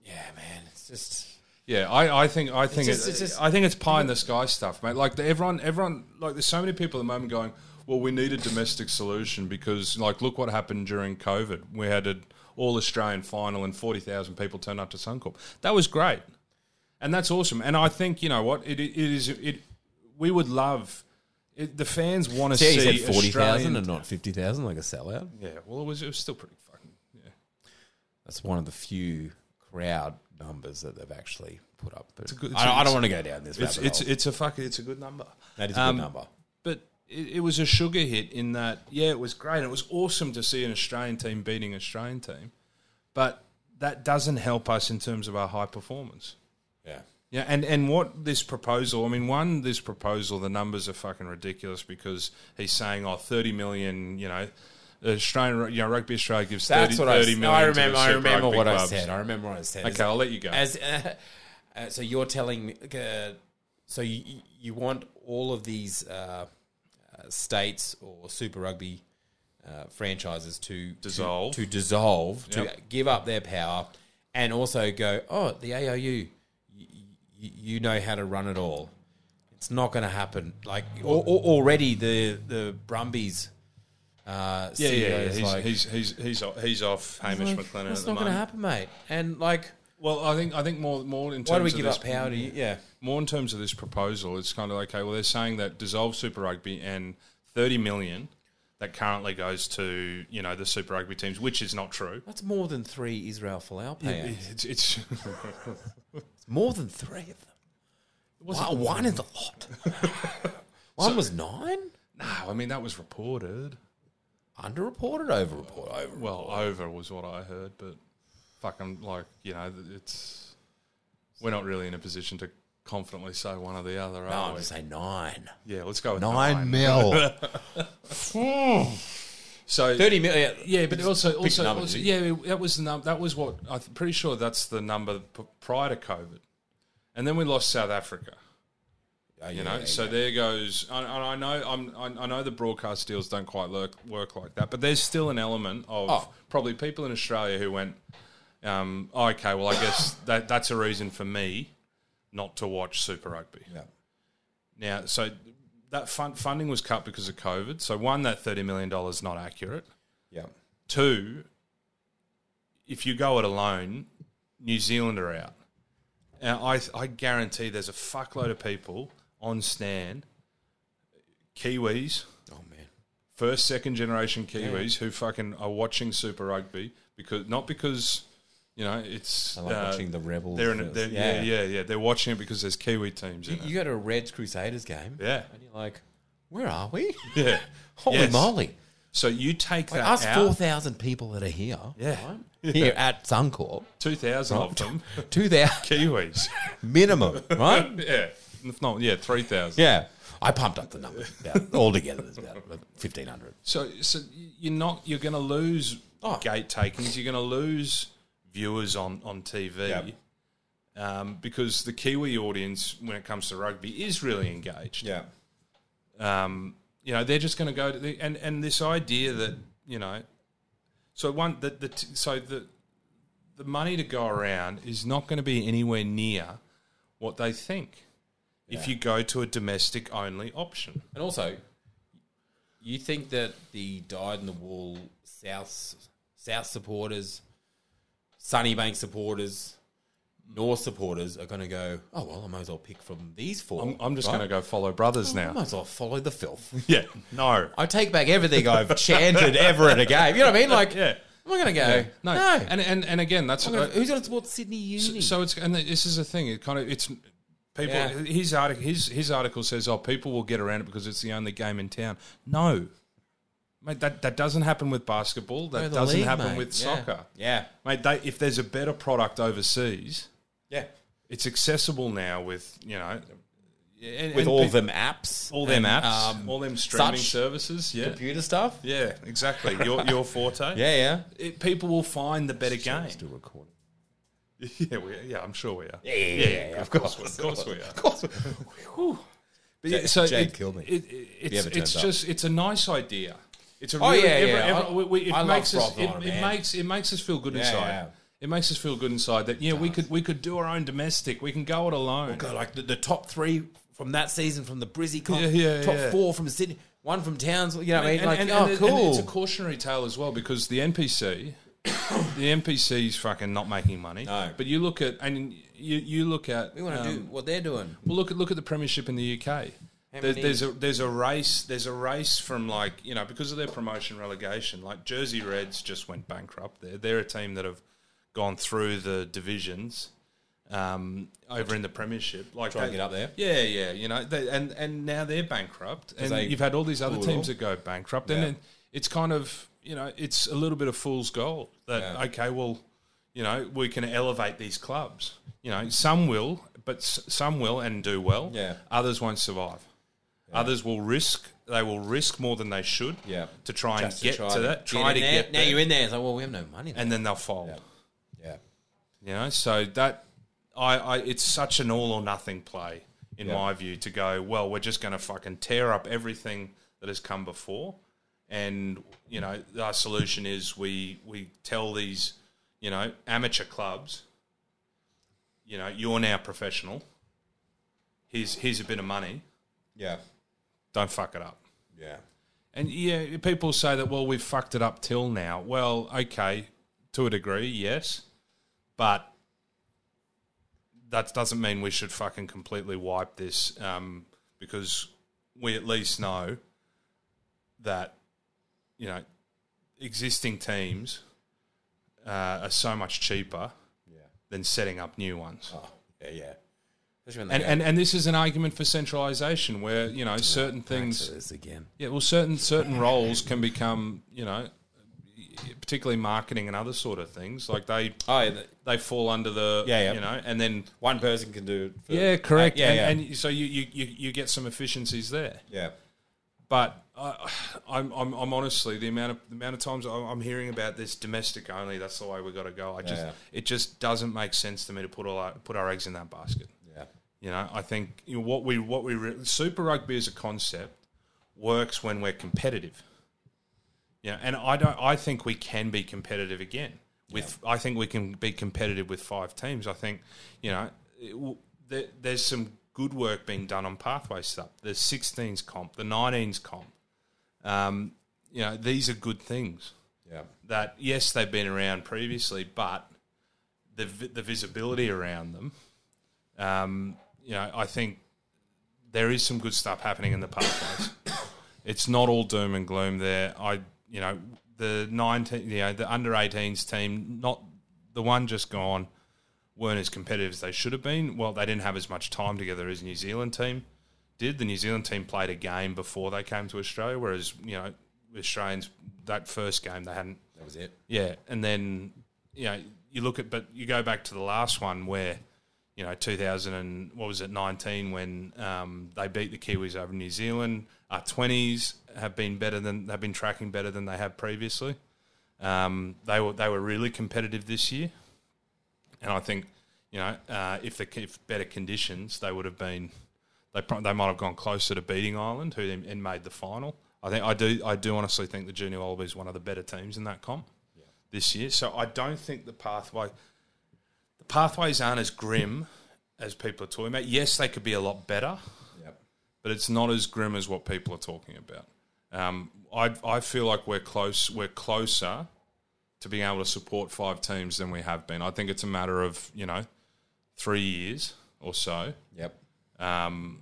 yeah, man, it's just Yeah, I, I think I think just- it- it's just- I think it's pie in the sky stuff, mate. Like the, everyone, everyone, like there's so many people at the moment going, well, we need a domestic solution because, like, look what happened during COVID. We had an all Australian final and forty thousand people turned up to Suncorp. That was great, and that's awesome. And I think you know what it, it is. It we would love it, the fans want to see Australian- not fifty thousand, like a sellout. Yeah, well, it was it was still pretty fucking. Yeah. That's one of the few crowd numbers that they've actually put up. But good- it's I, a- I don't want to go down this It's rabbit it's hole. it's a fuck. It's a good number. that is a um, good number. but it, it was a sugar hit in that yeah it was great it was awesome to see an australian team beating an australian team but that doesn't help us in terms of our high performance Yeah, yeah and, and what this proposal i mean one this proposal the numbers are fucking ridiculous because he's saying oh 30 million you know australian you know rugby australia gives 30, that's what I. 30 s- million I to remember. the I Super remember Rugby what I clubs. said. I remember what I said. okay i'll let you go As uh, uh, so, you're telling me. Uh, so you you want all of these uh, uh, states or Super Rugby uh, franchises to Dissolve. to, to dissolve to Yep. give up their power, and also go. Oh, the AOU, you, you know how to run it all. It's not going to happen. Like al- al- already, the the Brumbies. Uh, yeah, yeah, yeah. CEO is He's, like, he's, he's, he's, off- he's off Hamish like, McLennan at That's the not going to moment. happen, mate. And like, Well, I think I think more more in terms why do we of give this- up power to? you? Yeah. more in terms of this proposal, it's kind of okay. Well, they're saying that dissolve Super Rugby and thirty million that currently goes to you know the Super Rugby teams, which is not true. That's more than three Israel Folau payouts. It's, it's It's more than three of them. Wow, one is a lot. one was nine? no, I mean that was reported. Underreported, overreported, over. Well, over was what I heard, but fuck, I'm like you know it's we're not really in a position to confidently say one or the other, No, are I'm we? just saying nine. Yeah, let's go with Nine nine. mil. So Thirty million. yeah, but also also, numbers, also- eh? yeah, that was the num- that was what I'm pretty sure that's the number p- prior to COVID, and then we lost South Africa. Oh, You yeah, know, yeah, so yeah. there goes. And and I know I'm, I- I know the broadcast deals don't quite work, work like that, but there's still an element of Oh. probably people in Australia who went, um, "Oh, okay, well, I guess that that's a reason for me not to watch Super Rugby. Yeah. Now, so that fund, funding was cut because of COVID. So one, that thirty million dollars not accurate. yeah, Two, if you go it alone, New Zealand are out. And I, I guarantee there's a fuckload of people on stand, Kiwis, oh man, first, second generation Kiwis who fucking are watching Super Rugby because not because you know it's uh, I like watching the Rebels. They're in, they're, yeah. Yeah. yeah, yeah, They're watching it because there's Kiwi teams in you go to a Reds Crusaders game, it. Yeah, and you're like, where are we? yeah. Holy Yes. moly! So you take that Us out, four thousand people that are here, Yeah. right? here at Suncorp, two thousand of them two thousand Kiwis. minimum, right? yeah, if not yeah, three thousand. Yeah, I pumped up the number about, altogether. There's about fifteen hundred. So, so you're not you're going to lose Oh. gate takings. You're going to lose viewers on on TV Yep. um, because the Kiwi audience, when it comes to rugby, is really engaged. Yeah, Um, you know, they're just going to go to the and and this idea that you know, so one that the t- so the the money to go around is not going to be anywhere near what they think if you go to a domestic only option. and also, you think that the dyed in the wool South South supporters, Sunnybank supporters, North supporters are going to go? Oh well, I might as well pick from these 4 I'm, I'm just right? Oh, going to go follow brothers I now. might as well follow the filth. Yeah, no. I take back everything I've chanted ever at a game. You know what I mean? Like, Yeah. I'm not going to go. No, No. and and and again, that's uh, I'm gonna- who's going to support Sydney Uni? so it's and this is the thing. It kind of it's people. Yeah. His article, his his article says, "Oh, people will get around it because it's the only game in town." No, mate, that that doesn't happen with basketball. That Go to the doesn't league, happen mate. with Yeah. soccer, Yeah. mate. They, if there's a better product overseas, Yeah. it's accessible now with you know. And, With and all peop- them apps. all them and, apps, um, all them streaming such services, yeah, computer stuff. yeah, exactly. Your your forte, Yeah, yeah. It, people will find the better game. Still recording. Yeah, we, yeah, I'm sure we are. Yeah, yeah, yeah, yeah, of course, we of course we are. Of course. But Jade- yeah, so Jade it, killed me. It, it, he it's ever it's turns just it's a nice idea. It's a Oh, really, yeah, every- yeah. every- we- we- it I love makes us Frog it, Liner, it man. makes it makes us feel good inside. yeah. It makes us feel good inside that yeah we could we could do our own domestic. We can go it alone. God, like the, the top three from that season from the Brizzy Cup, Yeah, yeah, top yeah. four from Sydney, one from Townsville. You know what I mean? And, Like, and- oh, and it- cool. and it's a cautionary tale as well because the NPC, the NPC is fucking not making money. No. but you look at and you you look at we want to um, do what they're doing. Well, look at look at the Premiership in the UK. There, many- there's a there's a race there's a race from like you know because of their promotion relegation like Jersey Reds just went bankrupt. They're they're a team that have gone through the divisions um, over in the Premiership. Like Try and they- get up there. Yeah, yeah. You know, they, and and now they're bankrupt, and they you've had all these other blew it teams all. that go bankrupt, and Yeah. then it's kind of you know it's a little bit of fool's gold that Yeah. okay, well, you know, we can elevate these clubs. You know, some will, but s- some will and do well. Yeah. Others won't survive. Others will risk. They will risk more than they should. Yeah. To try and Just get try to that. Try in to there. get Now there, you're in there. It's like, well, we have no money. and then they'll fold. yeah. You know, so that I, I it's such an all or nothing play in Yeah. my view to go. Well, we're just going to fucking tear up everything that has come before, and you know, our solution is we we tell these you know amateur clubs, you know, you're now professional. Here's here's a bit of money. Yeah. Don't fuck it up. Yeah. And yeah, people say that, well, we've fucked it up till now. Well, okay, to a degree, yes. But that doesn't mean we should fucking completely wipe this um, because we at least know that, you know, existing teams uh, are so much cheaper than setting up new ones. Oh, yeah, yeah. Especially when they And, go and, and this is an argument for centralisation where, you know, certain back things. to this again. Yeah, well, certain certain roles can become you know particularly marketing and other sort of things. Like they Oh, yeah, the- they fall under the Yeah, yeah. you know, and then one person can do. it for- yeah, correct. Yeah, and, yeah. and so you, you, you, you get some efficiencies there. yeah. But I, I'm, I'm, I'm honestly the amount of the amount of times I'm I'm hearing about this domestic only. That's the way we got to go. I just Yeah. it just doesn't make sense to me to put all our, put our eggs in that basket. Yeah. You know, I think you know, what we what we re- Super Rugby as a concept works when we're competitive. You know, and I don't. I think we can be competitive again. With I think we can be competitive with five teams. I think you know it, w- there, there's some good work being done on pathway stuff. The 16s comp, the 19s comp. Um, you know, these are good things Yeah. that yes, they've been around previously, but the vi- the visibility around them, um, you know, I think there is some good stuff happening in the pathways. it's not all doom and gloom there. I, you know, the nineteen, you know, the under 18s team, not the one just gone, weren't as competitive as they should have been. Well, they didn't have as much time together as New Zealand team did. The New Zealand team played a game before they came to Australia, whereas you know, Australians that first game they hadn't That was it. yeah, and then you know you look at, but you go back to the last one where you know 2000 and what was it 19 when um, they beat the Kiwis over New Zealand. Our 20s have been better than they've been tracking better than they have previously. Um, they were they were really competitive this year, and I think you know uh, if the if better conditions they would have been. They, pro- they might have gone closer to beating Ireland, who then and made the final. I think I do. I do honestly think the Junior Wallaby is one of the better teams in that comp this year. So I don't think the pathway the pathways aren't as grim as people are talking about. Yes, they could be a lot better, Yep. but it's not as grim as what people are talking about. Um, I I feel like we're close. We're closer to being able to support five teams than we have been. I think it's a matter of you know three years or so Yep. um,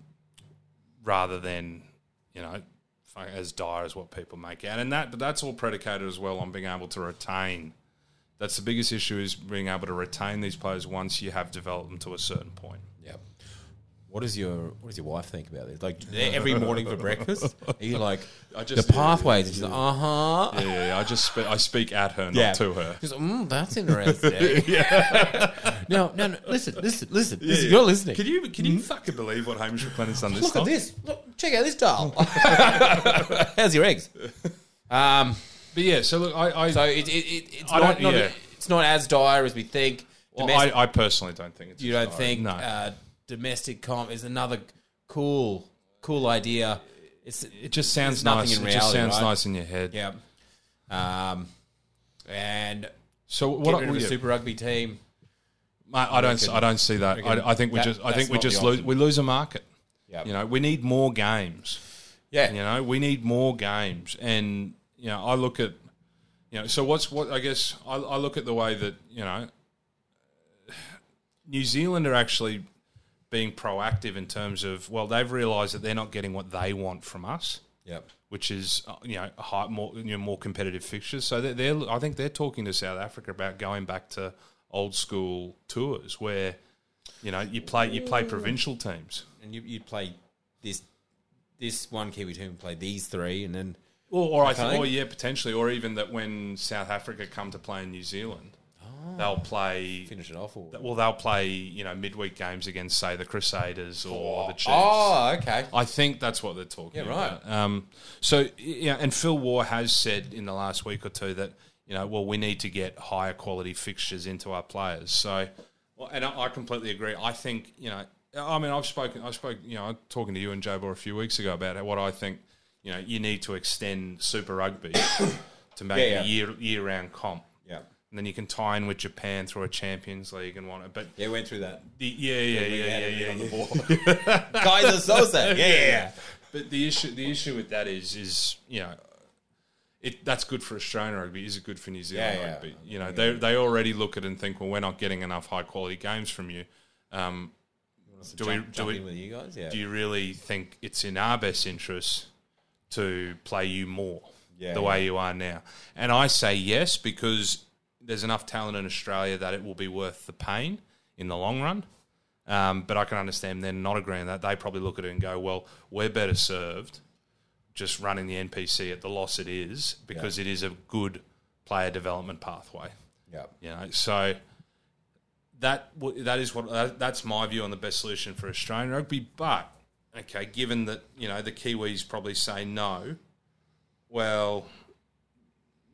rather than you know fuck, as dire as what people make out. And that, but that's all predicated as well on being able to retain. That's the biggest issue is being able to retain these players once you have developed them to a certain point. Yep. What does your What does your wife think about this? Like every morning for breakfast, are you like I just- the pathways? and She's like, uh huh. Yeah. Yeah, yeah, I just spe- I speak at her, not to her. She's like, mm, that's interesting. no, no, no. Listen, listen, listen. listen You're listening. Mm-hmm. Can you can you fucking believe what Hamish McLennan's done this Look time? at this. Look, check out this doll. How's your eggs? Um, But yeah, so look, I I, so it, it, it, it's I not, don't- not- yeah. it's not as dire as we think. well, Domestic- I, I personally don't think it's you as don't dire. think no. uh, domestic comp is another cool, cool idea. It's it just sounds there's nothing nice. in it just reality, sounds right? nice in your head. yeah, um, and So what get I- rid of yeah. a Super Rugby team. Mate, I don't. I don't see that. reckon I, I think we that- just. I that's think we not the just lose. option. We lose a market. Yeah, You know, we need more games. yeah, You know, we need more games. And you know, I look at. You know, so what's what? I guess I, I look at the way that you know. New Zealand are actually being proactive in terms of well, they've realised that they're not getting what they want from us Yep. which is uh, you know high, more you know more competitive fixtures. So they're, they're I think they're talking to South Africa about going back to old school tours where you know you play you play provincial teams. And you you play this this one Kiwi team play these three, and then Or, or I think, Okay. or yeah, potentially, or even that when South Africa come to play in New Zealand, Ah. they'll play. finish it off. Or, Well, they'll play you know midweek games against say the Crusaders or the Chiefs. oh, okay. I think that's what they're talking Yeah, right. about. Um, so, yeah, and Phil War has said in the last week or two that, you know, well, we need to get higher quality fixtures into our players. So, well, and I, I completely agree. I think, you know, I mean, I've spoken, I spoke, you know, talking to you and Jabor a few weeks ago about what I think, you know, you need to extend Super Rugby to make Yeah, yeah. it a year year round comp. Yeah, And then you can tie in with Japan through a Champions League and whatnot. But yeah, went through that. the, yeah, yeah, yeah, yeah, yeah, yeah, yeah. Guys are so sad. Yeah, yeah, yeah. But the issue the issue with that is is you know it that's good for Australian rugby. Is it good for New Zealand Yeah, yeah. rugby? You know they they already look at it and think, well, we're not getting enough high quality games from you. Um, do we jump, do jump we in with you guys? Yeah, do you really think it's in our best interest to play you more Yeah, the way you are now? And I say yes because there's enough talent in Australia that it will be worth the pain in the long run. Um, but I can understand them not agreeing that. They probably look at it and go, well, we're better served just running the NPC at the loss it is because it is a good player development pathway. Yeah. You know, so that w- that is what that, that's my view on the best solution for Australian rugby. But okay, given that you know the Kiwis probably say no, well,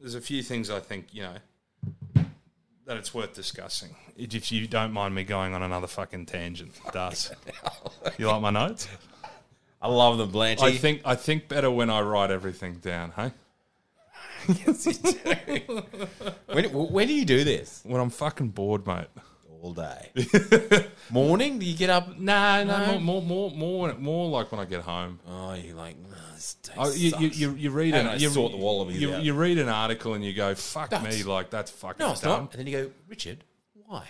there's a few things I think you know that it's worth discussing. If you don't mind me going on another fucking tangent, does you like my notes? I love them, Blanche. I think I think better when I write everything down. Hey, when, when do you do this? when I'm fucking bored, mate. All day. Morning? Do you get up? Nah, no, more, more, more, more like when I get home. Oh, you like, "Oh, this day Oh, you, you, sucks." you, you read And an- I you, sort the wallabies you, out. you read an article and you go, "Fuck That's- me!" Like that's fucking No, it's dumb. not. And then you go, Richard, why?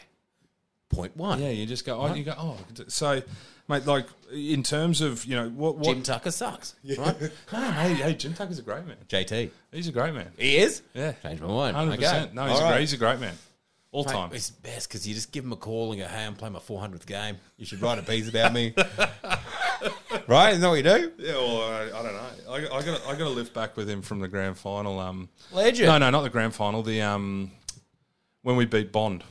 Point one. Yeah, you just go. Oh, you go. Oh, so, mate. Like in terms of you know what? what Jim Tucker sucks. Right? No, hey, hey, Jim Tucker's a great man. JT. He's a great man. He is? Yeah, Changed my mind. hundred percent. Okay. No, he's a, All right. great, he's a great man. All Mate, time. It's best because you just give him a call and go, hey, I'm playing my 400th game. You should write a piece about me. right? Isn't that what you do? Yeah, well, I, I don't know. I, I got I got to lift back with him from the grand final. Um, Legend. no, no, not the grand final. The um, when we beat Bond.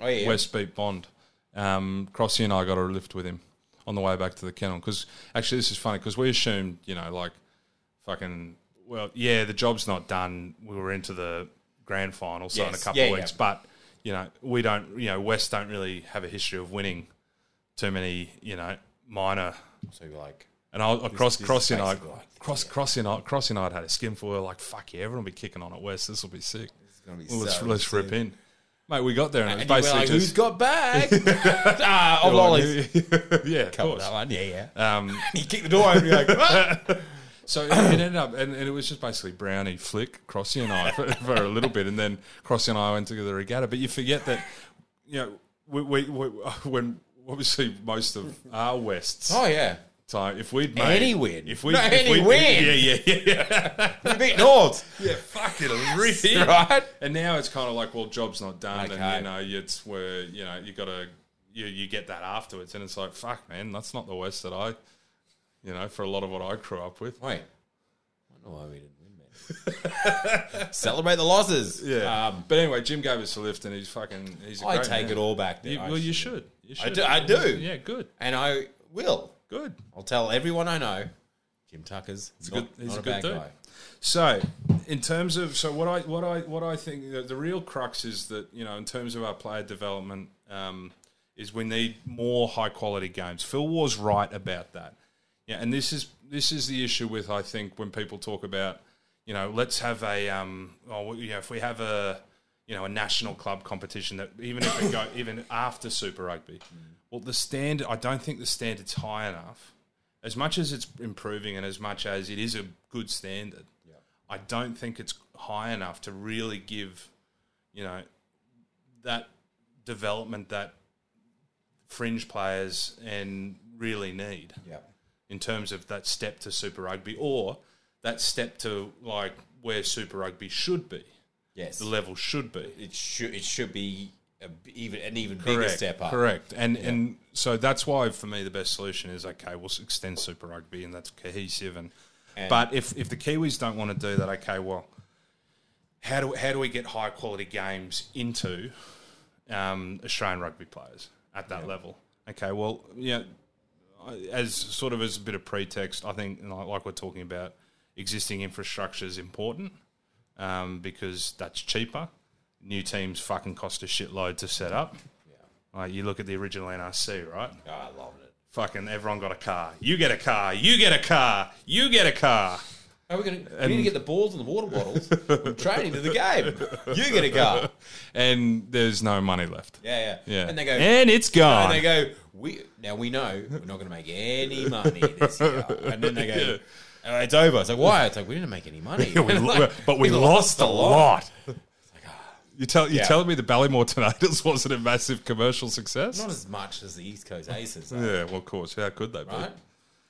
Oh, yeah. West beat Bond. Um, Crossy and I got a lift with him on the way back to the kennel because actually this is funny because we assumed you know like fucking well yeah the job's not done we were into the grand final so in a Yes. couple Yeah, of weeks yeah. but you know we don't you know West don't really have a history of winning too many you know minor So you're like, and I, I cross this is cross and I basically like- cross cross and I cross and I had a skin for we were like fuck yeah everyone will be kicking on at West this will be sick gonna be well, let's so let's rip in mate we got there and, and it was you were basically like, just, who's got back? ah, oh, lollies. yeah, of course. That one, yeah, yeah. Um, he kicked the door open. You're like, what? so it, it ended up, and, and it was just basically Brownie, Flick, Crossy, and I for, for a little bit, and then Crossy and I went to the regatta. But you forget that, you know, we, we, we when obviously most of our West's oh, yeah. time, if we'd made Any win. if we No, if any we, win. yeah, yeah, yeah, yeah, You beat Nords. yeah, fucking rip in. Right? And now it's kind of like, well, job's not done, Okay. and you know, it's where you know you got to you you get that afterwards, and it's like, fuck, man, that's not the West that I, you know, for a lot of what I grew up with. Wait. I wonder why we didn't win, man. Celebrate the losses. Yeah. Um, but anyway, Jim gave us a lift, and he's fucking. He's. A I great take man. it all back. that You, I well, you should- should. You I should. do- I do. Yeah. Good. And I will. Good. I'll tell everyone I know. Jim Tucker's he's good- he's a good bad dude. guy. So, in terms of so what I what I what I think the, the real crux is that you know in terms of our player development um, is we need more high quality games. Phil was right about that. Yeah, and this is this is the issue with I think when people talk about you know let's have a um oh you know if we have a you know a national club competition that even if it go even after Super Rugby, well the standard I don't think the standard's high enough. As much as it's improving and as much as it is a good standard, I don't think it's high enough to really give, you know, that development that fringe players and really need Yeah. in terms of that step to Super Rugby or that step to like where Super Rugby should be, Yes. the level should be. It should it should be a, b- even an even bigger step up. Correct. And and so that's why for me the best solution is okay, we'll s- extend Super Rugby and that's cohesive and, but if if the Kiwis don't want to do that, okay, well how do how do we get high quality games into um, Australian rugby players at that level? Okay, well, yeah, I- as sort of as a bit of pretext, I think you know, like we're talking about existing infrastructure is important um, because that's cheaper. New teams fucking cost a shitload to set up. Like you look at the original NRC, right? Oh, I love it. Fucking everyone got a car. You get a car. You get a car. You get a car. Are we going to? We need to get the balls and the water bottles from training to the game. You get a go. And there's no money left. Yeah, yeah, Yeah. And they go. And it's and gone. they go. We now we know we're not going to make any money this year. And then they go. "Oh, it's over. It's like why? It's like we didn't make any money. Yeah, we It's lo- like, but we, lost, a lot. You tell you Yeah. telling me the Ballymore Tornadoes wasn't a massive commercial success? Not as much as the East Coast Aces, are, yeah, well, of course. How could they right? be?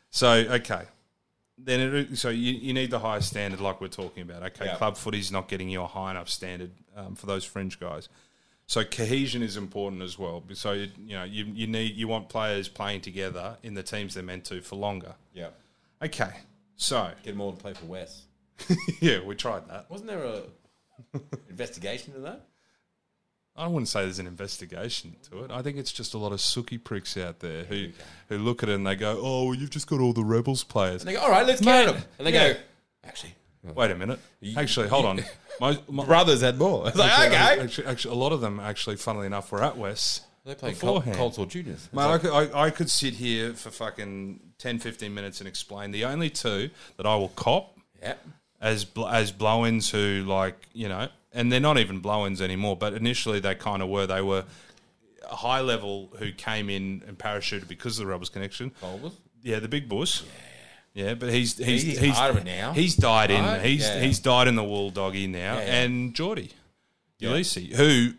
So okay, then it, so you, you need the highest standard, like we're talking about. Okay, Yeah. club footy's not getting you a high enough standard um, for those fringe guys. So cohesion is important as well. So you, you know you, you need you want players playing together in the teams they're meant to for longer. Yeah. Okay, so Get them all to play for West. yeah, we tried that. Wasn't there a investigation to that? I wouldn't say there's an investigation to it. I think it's just a lot of sookie pricks out there who who look at it and they go, "Oh, well, you've just got all the rebels players." And they go, all right, let's count Mate, them. And they yeah. go, actually, Wait a minute. Actually, hold on. My, my, brothers had more. It's like, actually, okay. Actually, actually, a lot of them actually, funnily enough, were at West. They played Col- beforehand. Colts or Juniors. Mate, I, could, I, I could sit here for fucking 10, 15 minutes and explain the only two that I will cop Yeah. as bl- as blow-ins who like you know, and they're not even blow-ins anymore. But initially they kind of were. They were high level who came in and parachuted because of the Rebels connection. Bulbers. Yeah, the big bush. Yeah, but he's he's He's he's, part of it now. He's died in. Right? He's Yeah. he's died in the wool doggy now, Yeah, yeah. and Geordie, Ulysses, who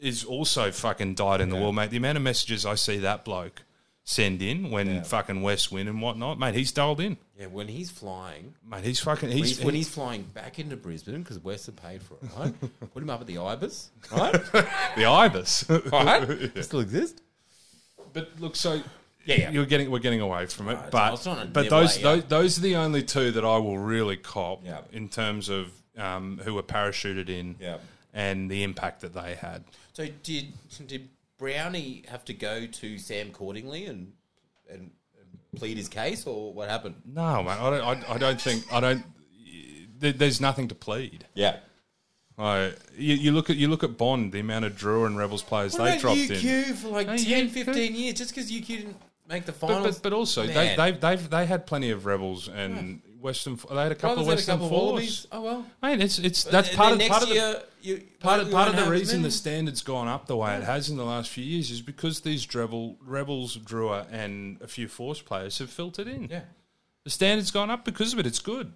is also fucking died in the wool, mate. The amount of messages I see that bloke send in when fucking West win and whatnot, mate. He's dialed in, Yeah, when he's flying, mate. He's fucking when he's, he's, when he's flying back into Brisbane because Western paid for it, right? Put him up at the Ibis, right? the ibis. right? Still exist? But look, so Yeah, yeah. you're getting we're getting away from it, it's- but it's not a but nibble, those, eh, yeah. those those are the only two that I will really cop Yeah. in terms of um, who were parachuted in Yeah. and the impact that they had. So did did Brownie have to go to Sam Cordingly and and plead his case, or what happened? No, mate, I don't. I, I don't think I don't. There, there's nothing to plead. Yeah. Like, you, you look at you look at Bond, the amount of Drew and Rebels players What they about dropped UQ in. for like No, 10, UQ. 15 years just because UQ didn't make the But, finals? but, but also they Man. they they've they had plenty of rebels and Hmm. western. They had a couple Brothers had a of western couple of force. Wallabies. Oh well. Mate, it's it's that's part of And then next part of the year, you- Part of, you part of won't the have reason them. the standard's gone up the way it has in the last few years is because these rebel, rebels, Drua, and a few force players have filtered in. yeah. The standard's gone up because of it. It's good.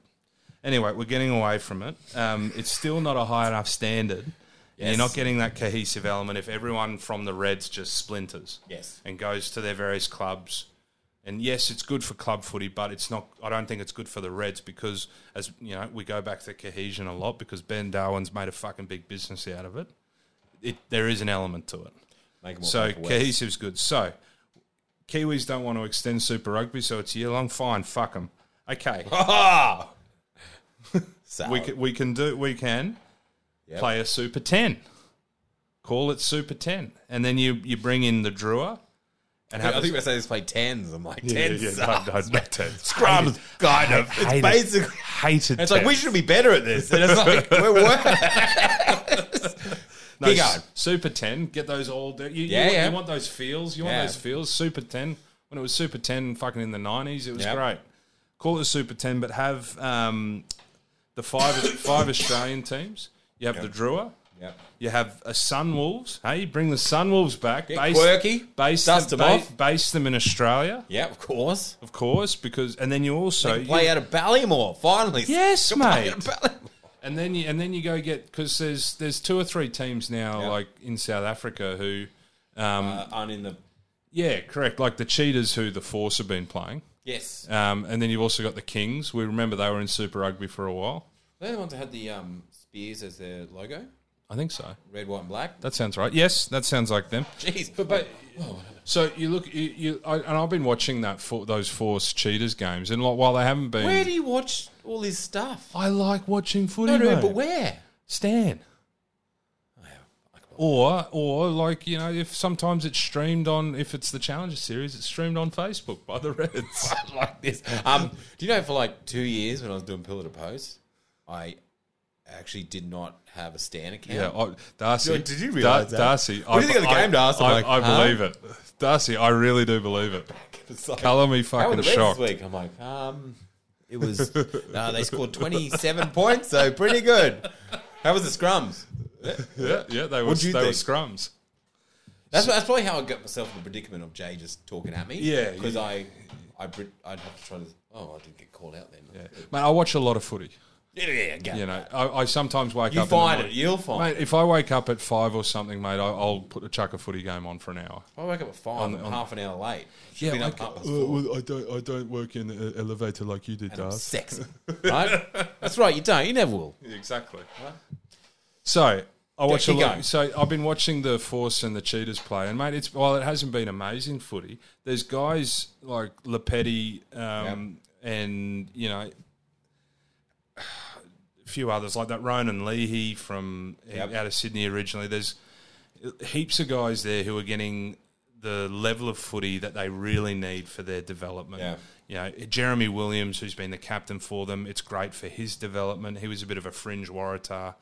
Anyway, we're getting away from it. Um, it's still not a high enough standard. And Yes. you're not getting that cohesive element if everyone from the Reds just splinters Yes. and goes to their various clubs. And yes, it's good for club footy, but it's not. I don't think it's good for the Reds because, as you know, we go back to cohesion a lot because Ben Darwin's made a fucking big business out of it. It there is an element to it. Make 'em all So come for West. cohesive's good. So Kiwis don't want to extend Super Rugby, so it's year long. Fine, fuck them. Okay, So, we can, we can do we can Yep. play a Super Ten. Call it Super Ten, and then you you bring in the Drua, and have I a- think Mercedes play tens. I'm like tens. yeah, yeah, sucks, no, no, man. not tens. Scrums, kind of. It's hated- basically. hated. It's like we should be better at this, and it's like we're worse. no, Big s- O. Super Ten. Get those all. day- You, Yeah, you, want- yeah. you want those feels. You Yeah. want those feels. Super Ten. When it was Super Ten, fucking in the nineties, it was Yep. great. Call it a Super Ten, but have um, the five five Australian teams. You have the Drua. Yep. You have a Sunwolves. Hey, bring the Sunwolves back. Get quirky, Base dust them, 'em ba- off. Base them in Australia, Yeah, of course. of course, because and then you also you- Play out of Ballymore, finally. yes, Play mate. out of Ballymore. And then you and then you go get because there's there's two or three teams now Yeah. like in South Africa who Uh, aren't in the yeah correct like the Cheetahs who the Force have been playing yes. um, and then you've also got the Kings we remember they were in Super Rugby for a while They're the ones that had the um, spears as their logo, I think so red, white, and black. that sounds right yes that sounds like them Jeez, but but so you look you, you I, and I've been watching that for those Force Cheetahs games and like, while they haven't been where do you watch all this stuff? I like watching footy No, no, mate. but where? Stan. Or, or like you know, if sometimes it's streamed on, if it's the Challenger series, it's streamed on Facebook by the Reds. like this. Um, do you know for like two years when I was doing pillar to post, I actually did not have a Stan account. yeah, I, Darcy. Did you realise that? Darcy? What do you think of the game, Darcy? I, Like, I huh? believe it, Darcy. I really do believe it. It's like, Colour me how were fucking the Reds shocked. this week? I'm like, um, it was. no, they scored 27 points, so pretty good. How was the scrums? Yeah, yeah, they were What'd they you were think? scrums. That's, that's probably how I got myself in the predicament of Jay just talking at me. Yeah, because yeah. I, I, pre- I'd have to try to. Oh, I didn't get called out then. Yeah. Mate, I watch a lot of footy. Yeah, yeah, yeah. You know, I, I sometimes wake you up. in the find it. morning- You'll find. it. Mate, if I wake up at five or something, mate, I, I'll put a chuck a footy game on for an hour. I wake up at five. I'm on- half an hour late. Should Yeah, be I, up half past four. I don't. I don't work in an elevator like you did, and I'm sexy, right? That's right. You don't. You never will. Exactly. So I watch a keep lot. going. So I've been watching the Force and the Cheetahs play, and mate, it's while it hasn't been amazing footy, there's guys like Lepetti, um, and you know. few others like that. Ronan Leahy from Yep. out of Sydney originally. There's heaps of guys there who are getting the level of footy that they really need for their development. Yeah. You know, Jeremy Williams, who's been the captain for them, it's great for his development. He was a bit of a fringe Waratah.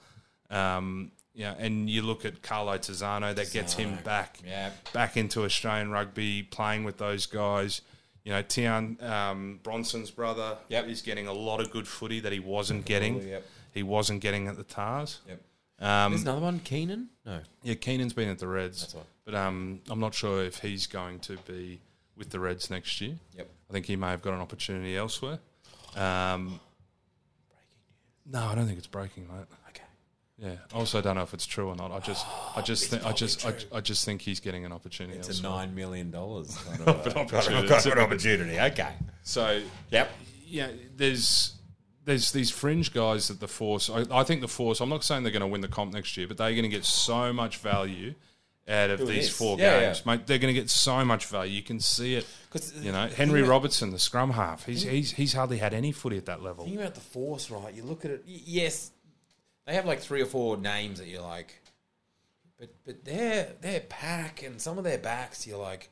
Um, you know, and you look at Carlo Tizano, that gets him back Yeah. back into Australian rugby, playing with those guys. You know, Tian um, Bronson's brother Yep. is getting a lot of good footy that he wasn't getting. Yep. He wasn't getting at the Tars. Yep. Um, There's another one, Keenan. No. yeah, Keenan's been at the Reds, That's right. but um, I'm not sure if he's going to be with the Reds next year. Yep. I think he may have got an opportunity elsewhere. Um, no, I don't think it's breaking, mate. Okay. Yeah. I also don't know if it's true or not. I just, I just, think, I just, I, I just think he's getting an opportunity. It's a elsewhere. nine million dollars. Kind of a- opportunity. Kind of an opportunity. Okay. So Yep. yeah, there's there's these fringe guys that the force. I, I think the force. I'm not saying they're going to win the comp next year, but they're going to get so much value out of these this? four Yeah, games, mate. They're going to get so much value. You can see it. 'Cause- uh, You know, Henry Robertson, the scrum half. He's he's he's hardly had any footy at that level. Think about the force, right? You look at it. y- Yes, they have like three or four names that you're like, but but their their pack and some of their backs, you're like,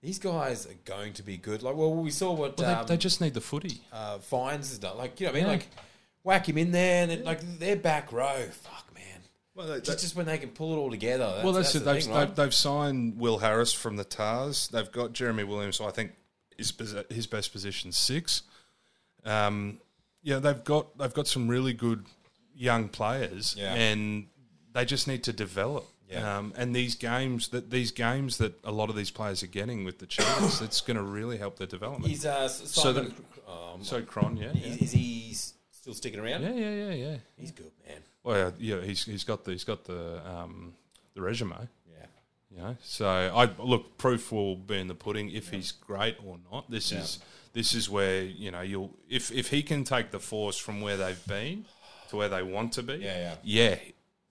these guys are going to be good. Like, well, we saw what Well, they, um, they just need the footy. uh, Fines has done. Like, you know what I mean? Yeah. Like, whack him in there, and it, like their back row. Fuck, man. Well, they, Just, just when they can pull it all together. That's, well, that's, that's it. the They've, thing, right? they've, they've signed Will Harris from the Tars. They've got Jeremy Williams, who I think is posi- his best position six. Um, yeah, they've got they've got some really good young players, Yeah. and they just need to develop. Yeah. Um, and these games that these games that a lot of these players are getting with the Chiefs, it's going to really help their development. He's uh, S- Simon, um, so Cron, yeah, yeah, is, is he s- still sticking around? yeah, yeah, yeah. yeah. He's good, man. Well, yeah, yeah, he's he's got the he's got the um, the resume. Yeah. You know, so I look. Proof will be in the pudding if he's great or not. This is this is where you know you'll if if he can take the force from where they've been to where they want to be. Yeah, yeah.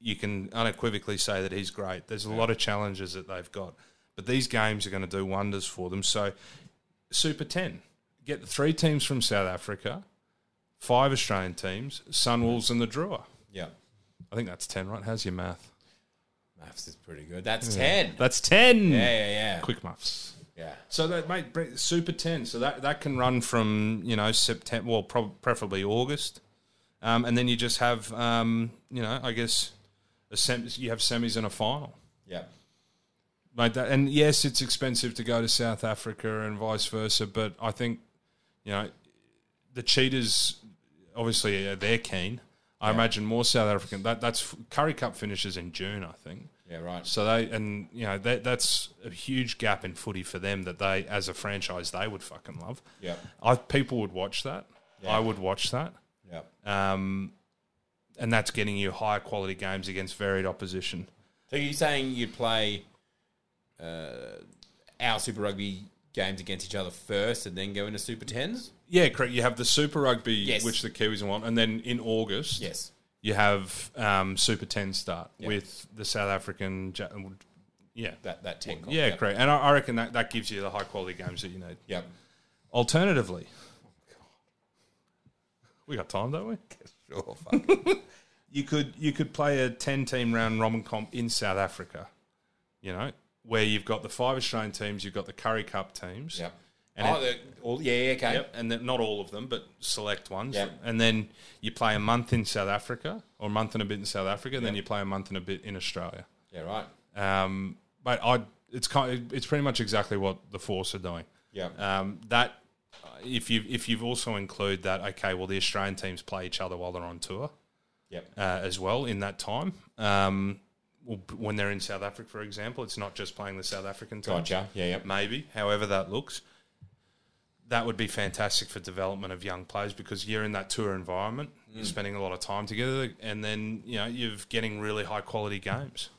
You can unequivocally say that he's great. There's a lot of challenges that they've got, but these games are going to do wonders for them. So, Super Ten, get the three teams from South Africa, five Australian teams, Mm-hmm. Sunwolves and the Drua. Yeah. I think that's ten, right? How's your math? Maths is pretty good. That's 10. That's ten. Yeah, yeah, yeah. Quick maths. Yeah. So that mate bring- super ten. So that that can run from you know September, well prob- preferably August, um, and then you just have um, you know I guess a sem- you have semis and a final. Yeah. Like that, and yes, it's expensive to go to South Africa and vice versa, but I think you know the Cheetahs obviously uh, they're keen. I imagine more South African. That that's Curry Cup finishes in June, I think. Yeah, right. So they and you know that that's a huge gap in footy for them that they as a franchise they would fucking love. Yeah. I people would watch that. Yeah. I would watch that. Yeah. Um, and that's getting you higher quality games against varied opposition. So you're saying you'd play uh, our Super Rugby games against each other first and then go into Super 10s? Yeah, correct. You have the Super Rugby, Yes. which the Kiwis want, and then in August, Yes. you have um, Super Ten start with the South African. Ja- Yeah, That that 10 comp. yeah, Yep. correct. And I, I reckon that, that gives you the high quality games that you need. Yep. Alternatively, we got time, don't we? Sure. You could you could play a ten team round Roman comp in South Africa, you know, where you've got the five Australian teams, you've got the Curry Cup teams, Yep. and oh, it- the, all, yeah, yeah, okay. yep, and then not all of them, but select ones, Yep. and then you play a month in South Africa or a month and a bit in South Africa, and then you play a month and a bit in Australia. Yeah, right. Um, but I, it's kind, it's pretty much exactly what the Force are doing. Yeah. Um, that if you if you've also include that, okay, well the Australian teams play each other while they're on tour Yep. uh, as well in that time. Um, well, b- when they're in South Africa, for example, it's not just playing the South African team. Gotcha. Yeah, yep. Maybe, however that looks, that would be fantastic for development of young players because you're in that tour environment, Mm. you're spending a lot of time together, and then you know you're getting really high quality games.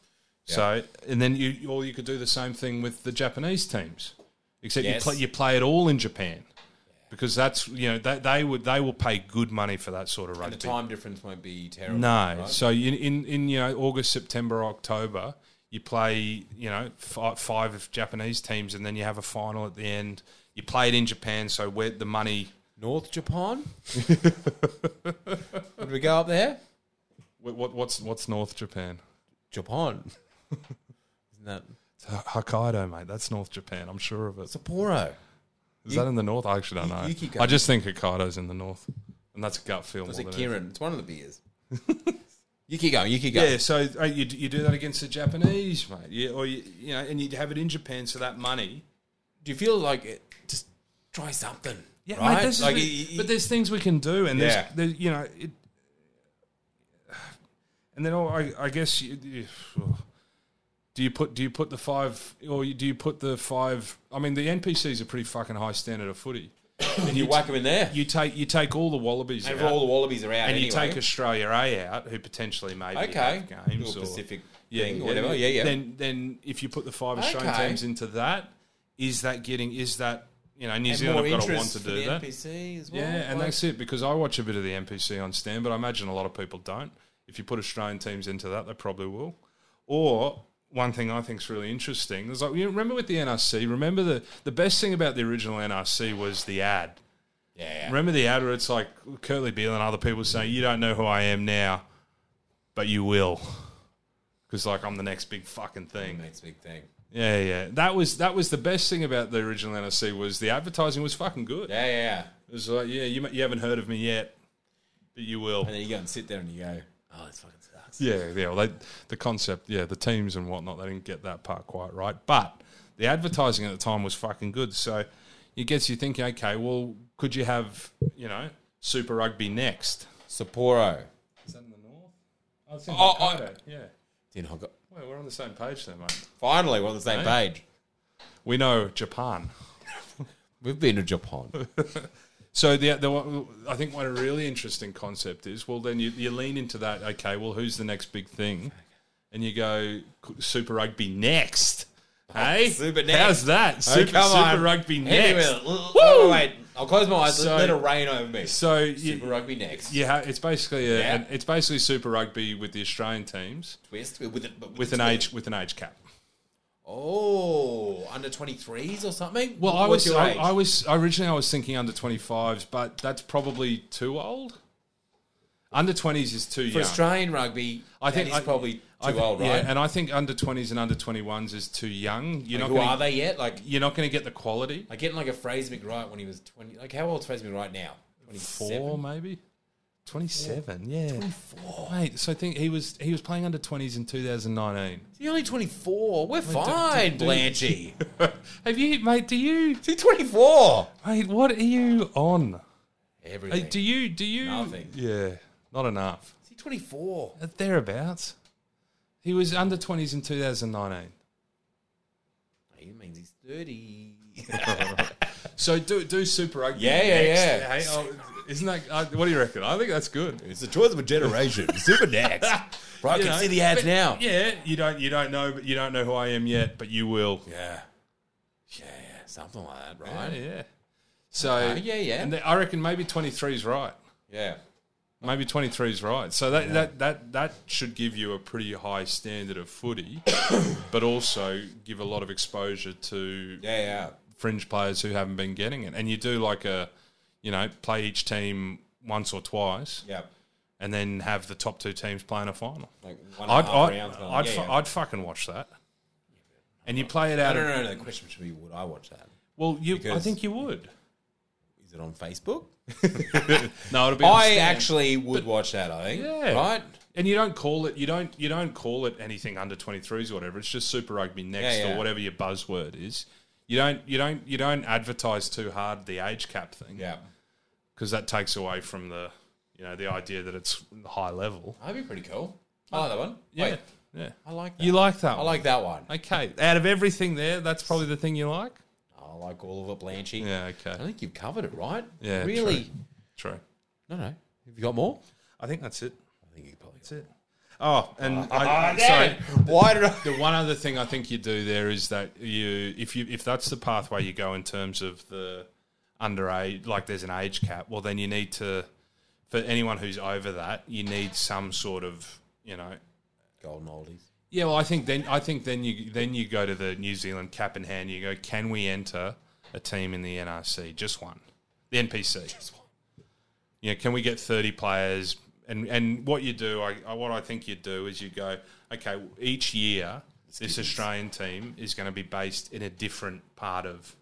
So, and then you, you- or you could do the same thing with the Japanese teams, except Yes. you play you play it all in Japan. Because that's you know they, they would they will pay good money for that sort of rugby. The time difference won't be terrible. No. right? So in, in in you know August, September, October, you play you know five, five of Japanese teams, and then you have a final at the end. You play it in Japan, so where the money. North Japan? Would we go up there? What, what, what's what's North Japan? Japan. Isn't that It's H- Hokkaido, mate. That's North Japan. I'm sure of it. Sapporo? Is that in the north? I actually don't know. you keep I going. just think Hokkaido's in the north, and that's a gut feel. Was more it than anything. Kieran? It's one of the beers. you keep going. You keep going. Yeah, so uh, you, you do that against the Japanese, mate. Yeah, or you, you know, and you'd have it in Japan, so that money. Do you feel like it? Just try something. Yeah, right? mate, this is like, what- you- you- but there's things we can do, and there's, Yeah. there, you know, it, and then oh, I, I guess you, you- do you put do you put the five or you, do you put the five? I mean, the NPCs are pretty fucking high standard of footy. and you whack them in there. You take you take all the Wallabies and out, all the wallabies are out. and you anyway. take Australia A out, who potentially maybe okay, have games Little or Pacific thing or whatever. Yeah, yeah. Then, then if you put the five Australian Okay. teams into that, is that getting? Is that you know New And Zealand more have got to want interest to for do the that? NPC as well. yeah, and like- that's it because I watch a bit of the NPC on Stan, but I imagine a lot of people don't. If you put Australian teams into that, they probably will. Or one thing I think is really interesting is like you remember with the NRC. Remember the the best thing about the original NRC was the ad. yeah, yeah. Remember the ad where it's like Curly Beale and other people saying, "You don't know who I am now, but you will," because like I'm the next big fucking thing. Next big thing. Yeah, yeah. That was that was the best thing about the original NRC was the advertising was fucking good. Yeah, yeah, yeah. It was like, yeah, you ma- you haven't heard of me yet, but you will. And then you go and sit there and you go, oh, this fucking sucks. Yeah, yeah. Well, they, the concept, yeah, the teams and whatnot, they didn't get that part quite right. But the advertising at the time was fucking good. So it gets you thinking, okay, well, could you have, you know, Super Rugby next? Sapporo. Is that in the north? Oh, it's in Oh, Hokkaido. yeah. Then I got, Well, we're on the same page there, mate. finally, we're on the same page. We know Japan. We've been to Japan. So the, the I think what a really interesting concept is. Well, then you, you lean into that. Okay, well, who's the next big thing? And you go Super Rugby next. Hey, Super next. How's that? Oh, Super, Super Rugby Hit me next. with it. L- Woo! oh, wait. I'll close my eyes. So- Let it rain over me. So Super you, Rugby next. you ha- it's basically a, Yeah. an- it's basically Super Rugby with the Australian teams Twist with, with, it, but with the an twist. age with an age cap. Oh, under 23s or something? Well, I What's was your I, age? I was originally I was thinking under twenty fives, but that's probably too old. Under twenties is too For young. Australian rugby, I think he's I- probably too I think- old, right? Yeah, and I think under twenties and under twenty ones is too young. You're Who not are gonna, they yet? Like, You're not going to get the quality. like getting like a Fraser McWright when he was 20. Like, how old's Fraser McWright now? 27? Four maybe. Twenty-seven, yeah. Twenty-four, mate. So I think he was he was playing under twenties in 2019. You're only 24. We're fine, do- Blanchie. Have you, mate? Do you, She's 24. mate? What are you on? Uh, Everything. Do you, do you? Nothing. Yeah, not enough. She's 24. Uh, Thereabouts. He was under twenties in 2019. He means he's 30. So do do super rugby. Yeah, yeah, next. yeah. Hey, oh, isn't that? Uh, what do you reckon? I think that's good. it's the choice of a generation. Super next. Bro, I You can know, see the ads but- now. Yeah, you don't you don't know but you don't know who I am yet, but you will. Yeah. Yeah, something like that, Yeah, right? yeah. So Okay, Ah, yeah, yeah. and I reckon maybe twenty three is right. Yeah. Maybe twenty three is right. So that, that that that should give you a pretty high standard of footy, but also give a lot of exposure to Yeah, yeah. fringe players who haven't been getting it. And you do like a, you know, play each team once or twice, Yeah. and then have the top two teams play in a final. Like one I'd, and a half I'd, rounds. I'd, yeah, fu- yeah. I'd fucking watch that. And you play it out. No, of- no, no, no. The question should be would I watch that? Well, you, I Because- think you would. Is it on Facebook? No, it'll be. on I Stan. actually would watch that, I think. Yeah. Right? And you don't call it. You don't. You don't call it anything under twenty threes or whatever. It's just Super Rugby next Yeah, yeah. or whatever your buzzword is. You don't. You don't. You don't advertise too hard the age cap thing Yeah. because that takes away from the. You know the idea that it's high level. That'd be pretty cool. I like that one. Yeah. Wait, Yeah. I like that. You like that? I like that one. One. Okay. Out of everything there, that's probably the thing you like. I like all of it, Blanchie. Yeah. I Okay. think you've covered it, right? Yeah, Really? True. No, no. Have you got more? I think that's it. I think you probably. That's it. Oh, and I, Ah, I, damn sorry. it. Why did I? The one other thing I think you do there is that you, if you, if that's the pathway you go in terms of the underage, like there's an age cap. Well, then you need to, for anyone who's over that, you need some sort of, you know. Golden oldies. Yeah, well, I think then I think then you then you go to the New Zealand cap in hand. You go, can we enter a team in the NRC? Just one, the NPC. Just one. Yeah, can we get thirty players? and and what you do, I, I what I think you do is you go, okay, each year this Australian team is going to be based in a different part of,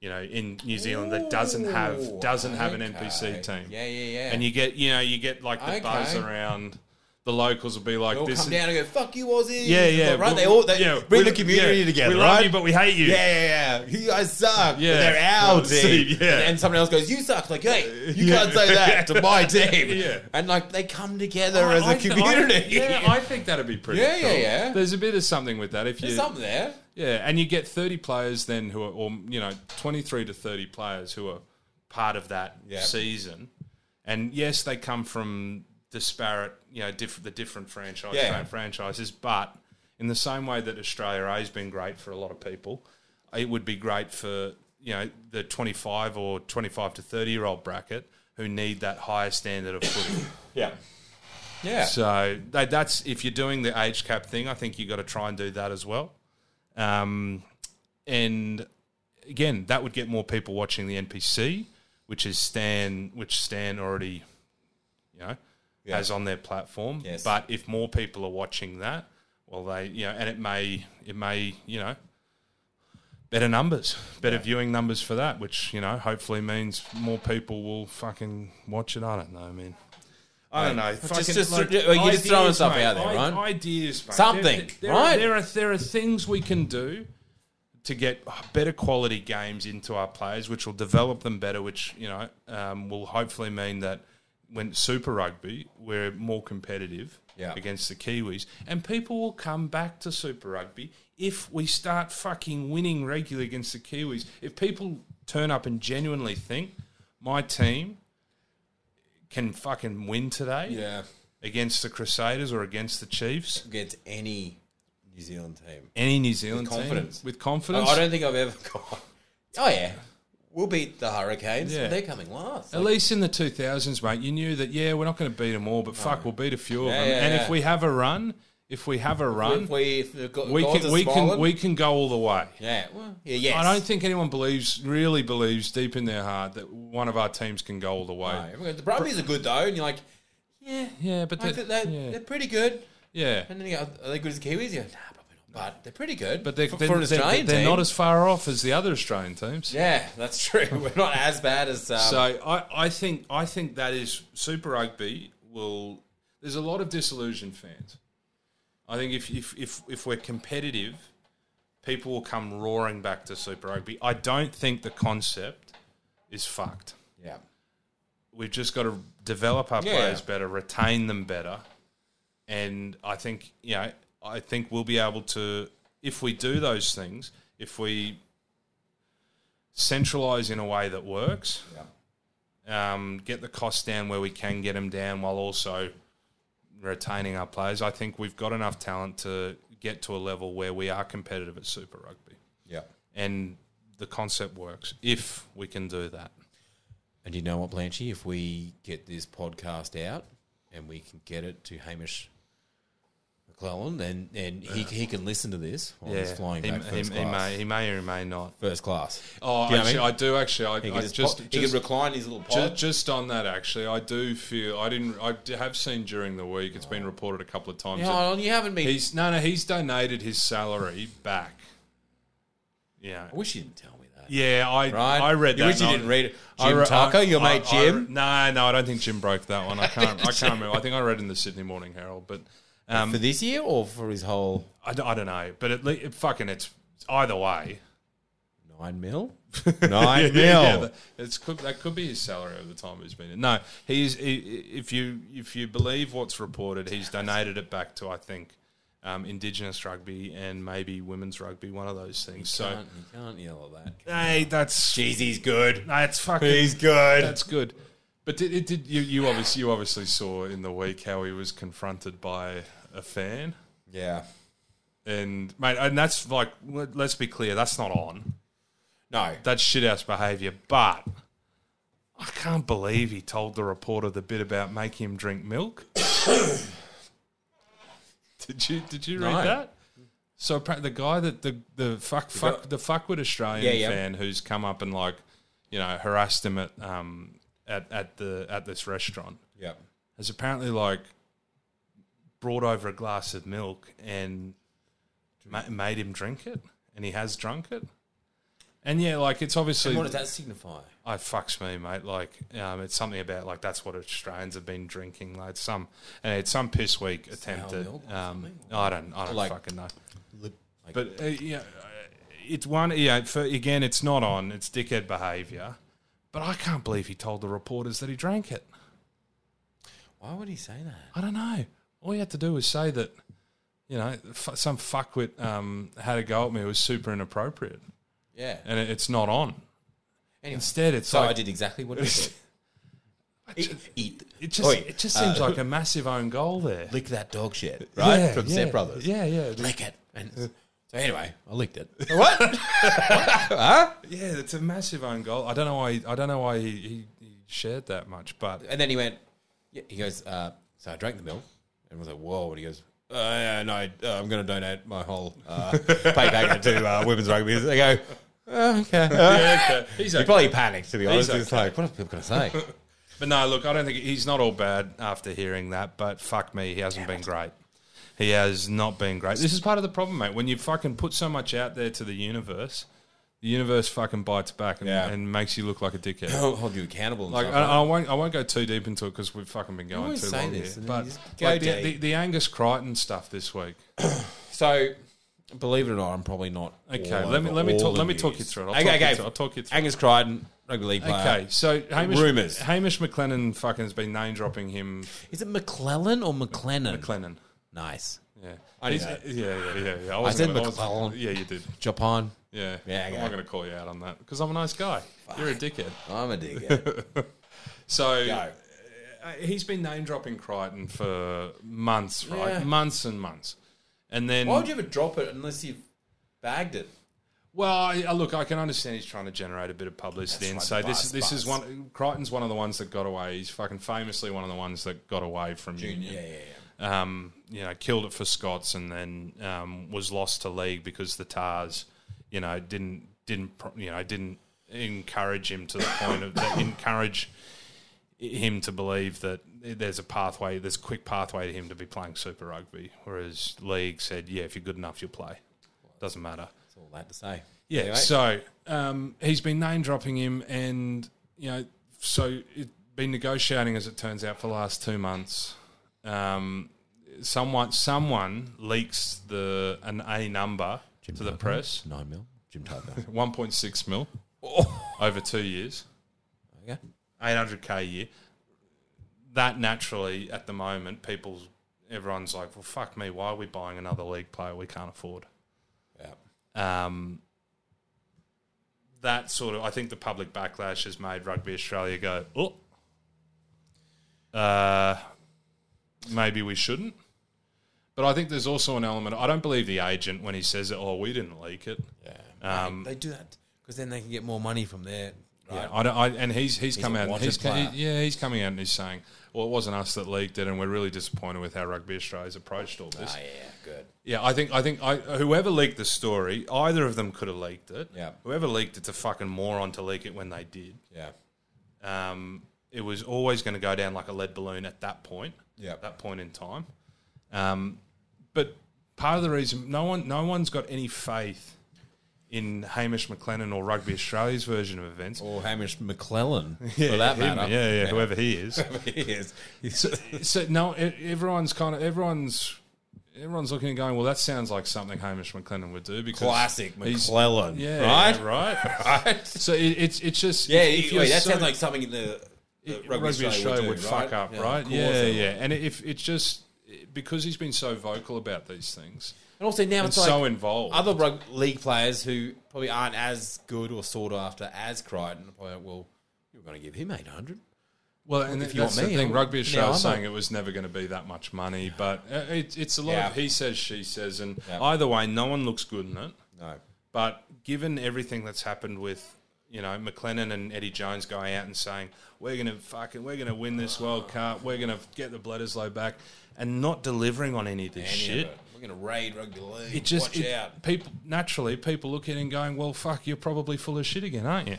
you know, in New Zealand that doesn't Ooh, have doesn't have an okay. NPC team. Yeah, yeah, yeah. And you get you know you get like the buzz Okay. around. The locals will be like, all this come is, down and go, "Fuck you, Aussies!" yeah, yeah, right. we- they all they yeah, bring we- the community yeah, together, We love right? you, but we hate you. yeah, yeah, yeah. You guys suck. Yeah, Yeah. they're our Well, see, team. yeah. And, and someone else goes, "You suck." Like, hey, you Yeah. can't say that to my team. Yeah. and like they come together I- as a I th- I- community. yeah, I think that'd be pretty. Yeah, yeah, cool. yeah. There's a bit of something with that. If you There's something there. Yeah, and you get 30 players then who are, or, you know, 23 to 30 players who are part of that Yeah. season. And yes, they come from disparate, you know, diff- the different franchise, Yeah. fran- franchises, but in the same way that Australia A has been great for a lot of people, it would be great for, you know, the 25 or 25 to 30 year old bracket who need that higher standard of footy. yeah. Yeah, So that, that's if you're doing the age cap thing, I think you got to try and do that as well. Um, and again, that would get more people watching the NPC, which is Stan, which Stan already, you know, has on their platform. Yes. But if more people are watching that, well, they you know, and it may it may you know. Better numbers, better viewing numbers for that, which you know hopefully means more people will fucking watch it. I don't know, man. I don't know. just- just- well, you're just throwing stuff out there, I- right? Ideas, mate. Something, There- there- right? There are there are things we can do to get uh, better quality games into our players, which will develop them better, which you know um, will hopefully mean that when Super Rugby we're more competitive Yeah. against the Kiwis, and people will come back to Super Rugby if we start fucking winning regularly against the Kiwis. If people turn up and genuinely think my team can fucking win today yeah. against the Crusaders or against the Chiefs, Against any New Zealand team, any New Zealand team, confidence. with confidence. I don't think I've ever gone. Oh yeah, we'll beat the Hurricanes. Yeah. They're coming last. At least in the 2000s, mate, you knew that, yeah, we're not going to beat them all, but fuck, we'll beat a few of Yeah, them. yeah, and yeah. if we have a run, if we have a run, if we, if the go- we, gods can, are we, can, smiling- we can go all the way. yeah, well, yeah, yes. I don't think anyone believes, really believes deep in their heart that one of our teams can go all the way. No, the Brumbies are good though, and you're like, yeah, Yeah, but like the- they're, yeah. they're pretty good. Yeah. And then you go, are they good as the Kiwis? You go, nah, probably not. But they're pretty good. But they're, for, they're, for an they're- Australian they're team, not as far off as the other Australian teams. Yeah, that's true. We're not as bad as. Um, So I, I think I think that is Super Rugby will. There's a lot of disillusioned fans. I think if if if, if we're competitive, people will come roaring back to Super Rugby. I don't think the concept is fucked. yeah, We've just got to develop our Yeah. players better, retain them better, and I think you know I think we'll be able to if we do those things if we centralize in a way that works yeah, um, get the costs down where we can get them down while also retaining our players. I think we've got enough talent to get to a level where we are competitive at Super Rugby, yeah. and the concept works if we can do that. And you know what, Blanchy? If we get this podcast out and we can get it to Hamish McClellan, then and he he can listen to this while he's flying he, back he, first he class. may, he may or he may not. First class. Oh, Do you know what I actually, I, mean? do actually. I, He I can just, just, pop- he just can recline his little Ju- pod. Just, on that, actually, I do feel I didn't. I d- have seen during the week. It's been reported a couple of times. Hang that on, you haven't been. he's no, no. He's donated his salary back. Yeah, I wish you didn't tell me that. Yeah, I Right? I read You that. wish you and I- didn't read it. I Jim re- Tucker, I- your I- mate Jim? I, no, no, I don't think Jim broke that one. I can't. I can't remember. I think I read in the Sydney Morning Herald, but um, for this year or for his whole I, don't- I don't know. But at least, fucking, it's either way. nine mil? Nine Yeah, mil. that, it's could, that could be his salary over the time he's been in. No, he's he, if you if you believe what's reported, he's donated it back to I think um, Indigenous rugby and maybe women's rugby, one of those things. You So can't, you can't yell at that. hey, that's Jeez, he's good. that's fucking good. That's good. But did, it did you, you obviously you obviously saw in the week how he was confronted by a fan Yeah. and mate and that's like let- let's be clear that's not on No. that's shithouse behaviour but I can't believe he told the reporter the bit about make him drink milk. did you did you read No. that? So appar- the guy that the the fuck fuck the fuckwit Australian Yeah, yeah. fan who's come up and like you know harassed him at um at, at the at this restaurant Yeah. has apparently like brought over a glass of milk and ma- made him drink it, and he has drunk it. And yeah, like it's obviously What does that signify? I fucks me, mate. Like, um, it's something about like that's what Australians have been drinking, like some, and it's some piss week attempt at. milk or Um, I don't, I don't Like- fucking know. but uh, yeah, uh, it's one. Yeah, for, again, it's not on. It's dickhead behaviour. But I can't believe he told the reporters that he drank it. Why would he say that? I don't know. All you had to do was say that, you know, f- some fuckwit um, had a go at me. It was super inappropriate, Yeah. and it, it's not on. Anyway, Instead, it's so like I did exactly what he said. eat, eat. It just Oi, it just seems like a massive own goal there. lick that dog shit, right? Yeah, From yeah, Step Brothers. Yeah, yeah. Lick it. And so anyway, I licked it. what? Yeah, it's a massive own goal. I don't know why I don't know why he, he, he shared that much, but And then he went, yeah. he goes, uh, so I drank the milk. And was like, whoa. And he goes, uh, yeah, no, uh, I'm going to donate my whole uh, pay packet to uh, women's rugby. They go, oh, okay. Uh, he's He probably panicked, to be honest. He's It's like, what are people going to say? But no, look, I don't think he's not all bad after hearing that, but fuck me, he hasn't been great. He has not been great. This is part of the problem, mate. When you fucking put so much out there to the universe, the universe fucking bites back and, Yeah. and makes you look like a dickhead. Don't hold you accountable. and Like stuff I, I won't, I won't go too deep into it because we've fucking been going always too say long this, here. and then But you just go like the, the, deep. the Angus Crichton stuff this week. So, believe it or not, I'm probably not. Okay, all let me over let me all talk the let me news. talk you through it. I'll okay, talk okay. You through, I'll talk you through. Angus Crichton, rugby league player. Okay, so Hamish Rumours. Hamish McLennan fucking has been name dropping him. Is it McClellan or McLennan? McLennan. Nice. Yeah, I He's- know. yeah, yeah, yeah. yeah. I, wasn't said gonna- wasn't- McClellan. yeah, you did. Japan. Yeah, Yeah, I'm okay. not going to call you out on that because I'm a nice guy. You're a dickhead. I'm a digger. So Go. uh, he's been name dropping Crichton for months, right? Yeah. Months and months, and then Why would you ever drop it unless you've bagged it? Well, I, I look, I can understand he's trying to generate a bit of publicity and like say this buzz, is this is buzz. one. Crichton's one of the ones that got away. He's fucking famously one of the ones that got away from Union. yeah, Um, you know, killed it for Scots and then um, was lost to league because the Tars, you know, didn't didn't pro- you know didn't encourage him to the point of that encourage him to believe that there's a pathway, there's a quick pathway to him to be playing Super Rugby, whereas league said, yeah, if you're good enough, you'll play. Doesn't matter. That's all that to say. Yeah. Anyway, So um, he's been name dropping him, and you know, so it been negotiating as it turns out for the last two months. Um, someone, someone leaks the an A number to the press, nine mil. Jim Tucker. one point six mil over two years, Oh. okay. eight hundred k a year. That naturally, at the moment, people's everyone's like, "Well, fuck me, why are we buying another league player we can't afford?" Yeah. um, that sort of I think the public backlash has made Rugby Australia go, oh, uh, maybe we shouldn't. But I think there's also an element. I don't believe the agent when he says that. Oh, we didn't leak it. Yeah. they do that because then they can get more money from there. Right. Yeah, I don't. I, and he's he's, come a out. and wanted He's, co- he- player. yeah, he's coming out and he's saying, "Well, it wasn't us that leaked it, and we're really disappointed with how Rugby Australia's approached all this." Ah, yeah. Good. Yeah, I think I think I, whoever leaked the story, either of them could have leaked it. Yeah. whoever leaked it's a fucking moron to leak it when they did. Yeah. Um, it was always going to go down like a lead balloon at that point. Yeah. at that point in time. Um, but part of the reason no one no one's got any faith in Hamish McLennan or Rugby Australia's version of events. Or Hamish McClellan, for that Him, matter. yeah, yeah, whoever he is. he is. He's- so no, e- everyone's kind of everyone's. Everyone's looking and going, well, that sounds like something Hamish McLennan would do because classic he's- McClellan. Yeah, Right. yeah, right. Right. So it, it's it's just Yeah. if- if wait, you're that so- sounds like something in the. the it- rugby, Australia would, do, right? fuck up, Yeah, right? of course Yeah, they would. yeah. And if it's just because he's been so vocal about these things, And also now it's it's like so involved. other rug league players who probably aren't as good or sought after as Crichton are probably like, well, you're going to give him 800. well, and if you that's want the me, thing. I'm- Rugby now Australia I'm is a- saying it was never going to be that much money, but uh, it, it's a lot Yeah. of he says, she says, and Yeah. either way, no one looks good in it. No. But given everything that's happened with you know McLennan and Eddie Jones going out and saying we're going to fucking we're going to win this World Cup, we're going to get the Bledisloe back, and not delivering on any of this Any of shit. it. We're going to raid rugby league. it just Watch it- out. people naturally people look at it and going, well, fuck, you're probably full of shit again, aren't you?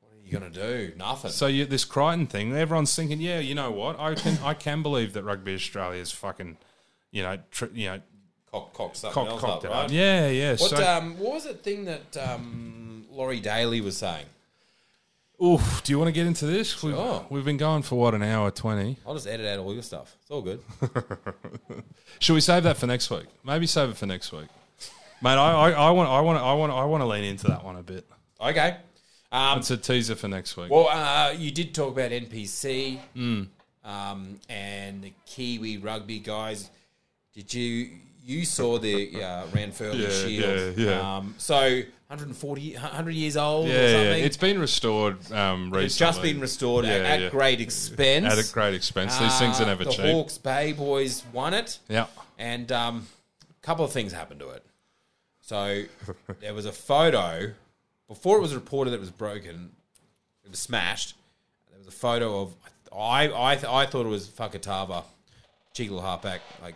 What are you you gonna do? Nothing. So you, this Crichton thing, everyone's thinking, yeah, you know what? I can I can believe that Rugby Australia is fucking, you know, tr- you know, cock, cock, something cock, else cocked up, it right? up. Yeah, yeah. What, so, um, what was that thing that um, Laurie Daly was saying? oof, do you want to get into this? We've, Sure. we've been going for what an hour twenty. I'll just edit out all your stuff. It's all good. Should we save that for next week? Maybe save it for next week, mate. I, I, I want I want I want I want to lean into that one a bit. okay. Um, It's a teaser for next week. well, uh, you did talk about NPC Hmm. um, and the Kiwi rugby guys. Did you? You saw the uh, Ranfurly Yeah, Shield. yeah, yeah. Um, so 140, 100 years old yeah, or yeah, something. it's been restored um, recently. It's just been restored at, Yeah, at yeah. great expense. at a great expense. These things are Uh, never the cheap. Hawks Bay boys won it, Yeah, and um, a couple of things happened to it. So there was a photo before it was reported that it was broken. It was smashed. There was a photo of I I I thought it was Fakatava, Chigla Harpak, like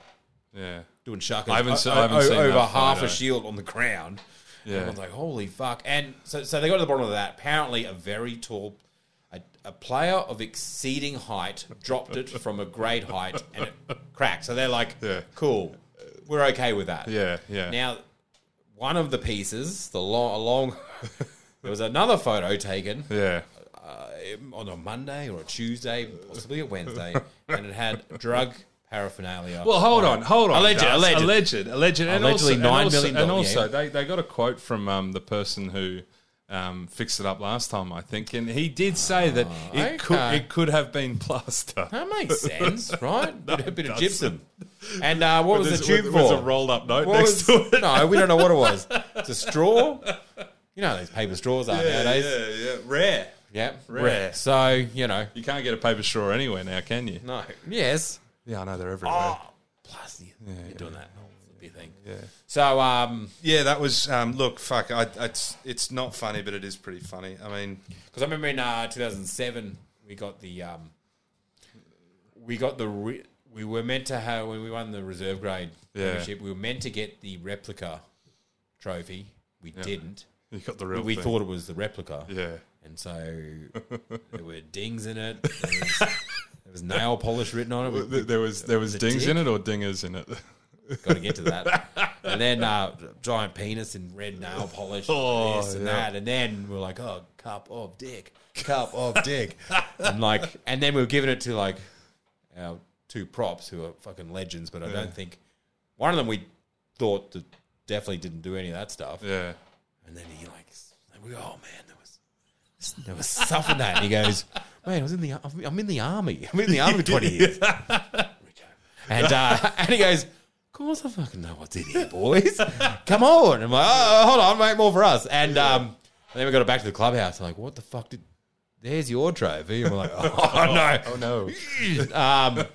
yeah. doing shuckers I haven't se- o- I haven't o- seen over that half photo. a shield on the ground. Yeah. Everyone's like, holy fuck. And so, so they got to the bottom of that. Apparently, a very tall, a, a player of exceeding height dropped it from a great height and it cracked. So they're like, Yeah. cool, we're okay with that. Yeah, yeah. Now, one of the pieces, the long, long there was another photo taken yeah. um, on a Monday or a Tuesday, possibly a Wednesday, and it had drug paraphernalia. Well, hold on, hold on. Alleged, guys. alleged. alleged, alleged. And Allegedly also, nine and also, million And dollar, also, yeah. they, they got a quote from um, the person who um, fixed it up last time, I think, and he did say that it could okay. it could have been plaster. That makes sense, right? No, a bit of it gypsum. And uh, what was There's- the tube with, for? with a rolled up note What next was- to it. No, we don't know what it was. It's a straw. You know how these paper straws are nowadays. Yeah, yeah, yeah. Rare. Rare. So you know, You can't get a paper straw anywhere now, can you? no, yes. Yeah, I know they're everywhere. Oh, plus you're doing that Oh, whole flippy thing. Yeah. So um, Yeah, that was. Um, look, fuck. I, it's it's not funny, but it is pretty funny. I mean, because I remember in uh, 2007 we got the um, we got the re- we were meant to have when we won the reserve grade Yeah. championship we were meant to get the replica trophy. We didn't. You got the real. we thing. thought it was the replica. Yeah. And so there were dings in it. There was, there was nail polish written on it. We've Th- There was there was dings dick? in it or dingers in it. got to get to that. And then uh, giant penis and red nail polish Oh, and this and yeah. that. And then we're like, oh, cup of dick, cup of dick. and like, and then we were giving it to like our two props who are fucking legends, but I don't think one of them we thought that definitely didn't do any of that stuff. Yeah. And then he like, s- and we go, oh man, there was there was stuff in that. And he goes, man, I was in the I'm- I'm in the army. I'm in the army for twenty years. and uh, and he goes, of course I fucking know what's in here, boys. Come on. I'm like, oh, hold on, mate, more for us. And um, and then we got it back to the clubhouse. I'm like, what the fuck did? There's your trophy. And we're like, oh no. Oh no. Um,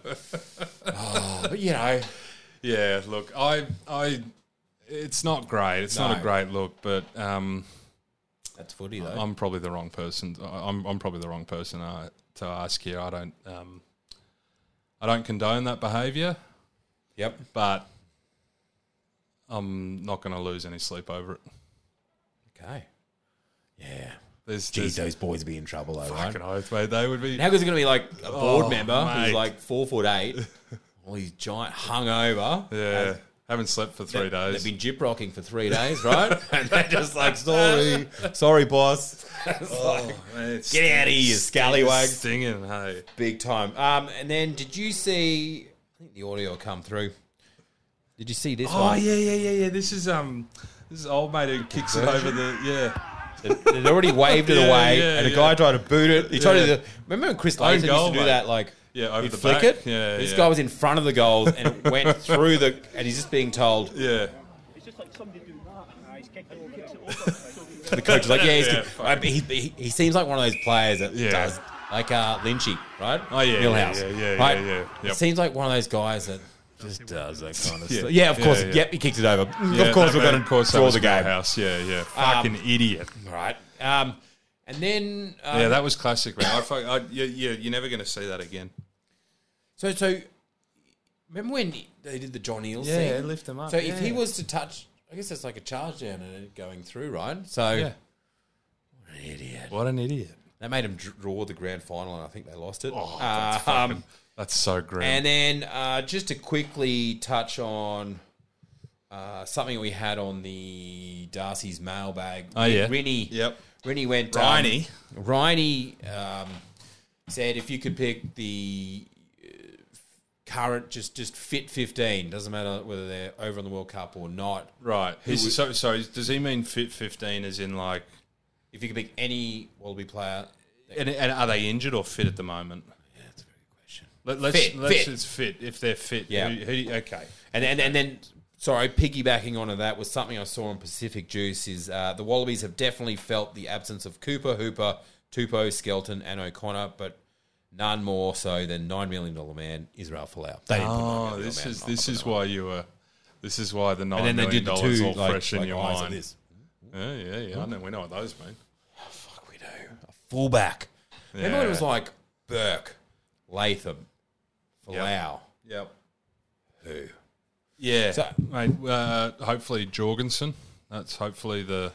oh, but you know, Yeah, look, I, I, it's not great. It's not No. a great look, but um, that's footy though. I'm probably the wrong person. I- I'm, I'm probably the wrong person uh, to ask here. I don't, um, I don't condone that behaviour, yep. but I'm not going to lose any sleep over it. Okay. Yeah. There's, Geez, there's those boys would be in trouble though, right? fucking oath, mate. They would be. How good's it going to be like a board Oh, member who's mate. like four foot eight, all these giant hungover. Yeah, haven't slept for three days. They've been jip rocking for three days, right? and they're just like, sorry, sorry, boss. It's like, It's get out of here, you scallywag. stinging, hey. Big time. Um, and then did you see, I think the audio will come through. Did you see this Oh one? yeah, yeah, yeah, yeah. This is um, this is old mate who kicks it over the yeah. They'd already waved it Yeah, away, yeah, and a yeah. guy tried to boot it. He tried Yeah. to. Remember when Chris Layton used goal, to do mate. that? Like, Yeah, over he'd the flick back. it. Yeah, this yeah. guy was in front of the goals and it went through the. And he's just being told, Yeah. It's just like somebody doing that. he's kicked it, kicks it over. So- the coach is like, yeah, he's Yeah, good. I mean, he, he, he seems like one of those players that Yeah. does, like uh, Lynchy, right? Oh, yeah, yeah, Millhouse, yeah, yeah, yeah, right? yeah. He Yep. seems like one of those guys that just does that kind of Yeah. stuff. Yeah, of course. Yeah, yeah. Yep, he kicked it over. Mm, Yeah, of course, that- we're going of to course that draw was the game, Um, House. Yeah, yeah. Fucking idiot. right? Um, and then, uh, Yeah, that was classic, man. I fuck, I, yeah, yeah, you're never going to see that again. so so, remember when they did the John Eales Yeah, thing? lift him up, So if he yeah. was to touch, I guess that's like a charge down and it going through, right? So, yeah. an idiot. What an idiot. They made them draw the grand final, and I think they lost it. Oh, that's Um, fucking- that's so grim. and then uh, just to quickly touch on uh, something we had on the Darcy's mailbag. Oh, yeah. Rennie. Yep. Rennie went. Riney. Um, Riney um, said if you could pick the uh, current, just just fit fifteen. Doesn't matter whether they're over in the World Cup or not. right. He's- so, so does he mean fit 15 as in like, If you could pick any Wallaby player, and, and are they injured or fit at the moment? yeah, that's a very good question. Let, let's, Fit, let's fit. It's fit. If they're fit. Yeah. Who, who, okay. And then, and then, sorry, piggybacking onto that was something I saw on Pacific Juice is uh, the Wallabies have definitely felt the absence of Cooper, Hooper, Tupo, Skelton, and O'Connor, but none more so than nine million dollar man Israel Folau. They didn't put $9 Oh, million this man is on. this is why you were. This is why the nine And then million they did the dollars two all like, fresh in like your eyes of mind. this. Yeah, yeah, yeah. I know. We know what those mean. Fuck, we do a fullback. Remember when it was Yeah. like Burke, Latham, Folau, Yep. who? Yeah. So- Mate, uh, hopefully Jorgensen. That's hopefully the.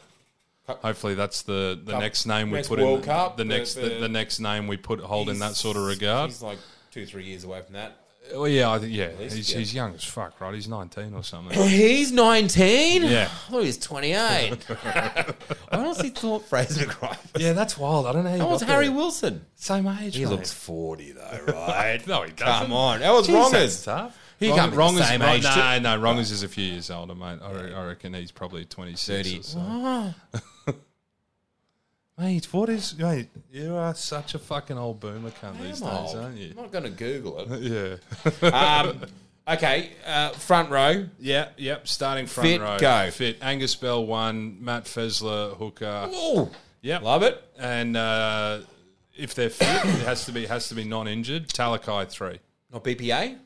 Cup- Hopefully that's the, the Cup- next name we next put World in Cup, the but, next the, uh, the next name we put hold in that He's- sort of regard. He's like two, three years away from that. Well, yeah, I think yeah, least, he's, yeah. he's young as fuck, right? He's nineteen or something. He's 19? Yeah. I thought he was 28. I honestly thought Fraser McGrife. yeah, that's wild. I don't know. How you That was got Oh, Harry there. Wilson. Same age. He mate. looks 40, though, right? No, he doesn't. Come on. That was wrong that's as. tough. He wrong, can't be the wrong same is, age No, to- no, wrong is, is a few years older, mate. I, re- I reckon he's probably twenty six. 30. Or so. Ah, mate, what is mate? You are such a fucking old boomer cunt I'm, these days, old. aren't you? I'm not going to Google it. Yeah. Um, okay, uh, front row. yeah, yep. Starting front Fit, row. go. Fit. Angus Bell one. Matt Fesler hooker. Oh, Yep. love it. And uh, if they're fit, it has to be has to be non injured. Talakai three. Not BPA?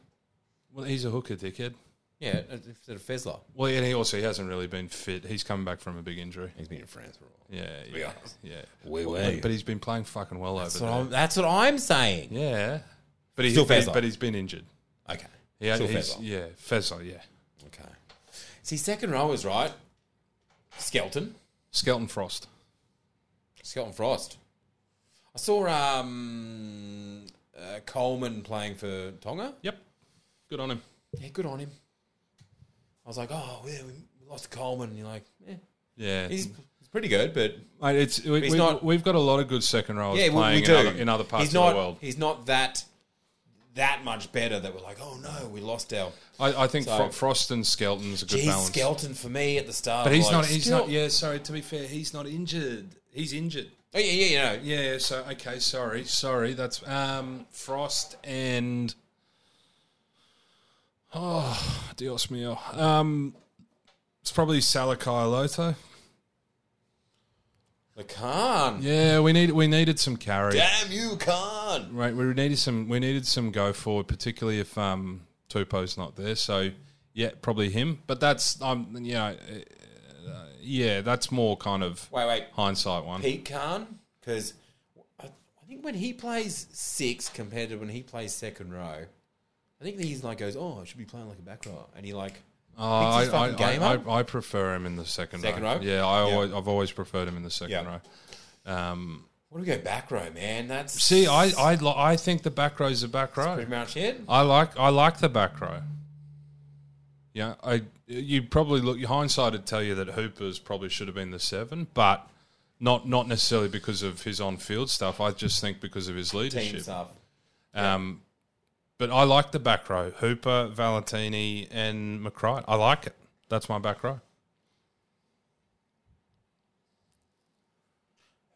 Well, he's a hooker, dickhead. Yeah, uh, instead of Fesler. Well, and he also he hasn't really been fit. He's coming back from a big injury. He's been in France for a while. Yeah, be yeah, honest. yeah. We But, but he's been playing fucking well that's, over what there. I'm, that's what I'm saying. Yeah, but he, Still but, he, Fezzer. but he's been injured. Okay. Yeah, Still he's, Fezzer. yeah, Fezzer, yeah. Okay. See, second row is right. Skelton. Skelton Frost. Skelton Frost. I saw um, uh, Coleman playing for Tonga. Yep, good on him. Yeah, good on him. I was like, oh, yeah, we lost Coleman. And you're like, eh, Yeah, he's, he's pretty good, but Mate, it's we, he's we, not- we've got a lot of good second rollers yeah, we, playing we do. In, other, in other parts he's not, of the world. He's not that that much better that we're like, oh no, we lost our. I, I think So- Fro- Frost and Skelton's a good Geez, balance. Skelton for me at the start. But he's like, not. He's still- not. Yeah, sorry. To be fair, he's not injured. He's injured. Oh, yeah, yeah, you know. Yeah. So okay. Sorry. Sorry. That's um Frost and oh Dios mio. Um, it's probably Salakai Loto. The Khan. Yeah, we need we needed some carry. Damn you, Khan. Right. We needed some. We needed some go forward, particularly if um Tupo's not there. So yeah, probably him. But that's um you know. uh, uh, yeah, that's more kind of Wait, wait. hindsight one. Pete Khan because I, I think when he plays six compared to when he plays second row, I think that he's like goes, oh, I should be playing like a back row, and he like Uh, picks his I, fucking I, game I, up. I, I prefer him in the second, Second row. row? Yeah, I always, I've always preferred him in the second Yeah. row. Um, what do we go back row, man? That's see, I, I, li- I think the back row's the back row. pretty much it. I like, I like the back row. Yeah, I you probably look hindsight would tell you that Hooper's probably should have been the seven, but not not necessarily because of his on field stuff. I just think because of his Team leadership. stuff. Um, but I like the back row: Hooper, Valentini, and McCright. I like it. That's my back row.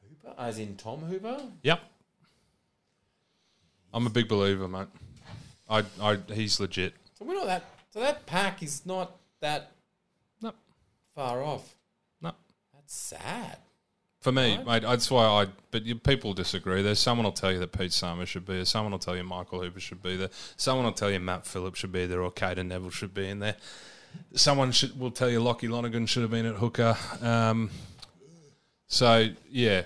Hooper, as in Tom Hooper. Yep. I'm a big believer, mate. I, I, he's legit. So we're not that. So that pack is not that No, far off. no. That's sad. For me, mate, that's why I. But you, people disagree. There's someone will tell you that Pete Summers should be there. Someone will tell you Michael Hooper should be there. Someone will tell you Matt Phillips should be there, or Caden Neville should be in there. Someone should, will tell you Lockie Lonergan should have been at hooker. Um, so yeah,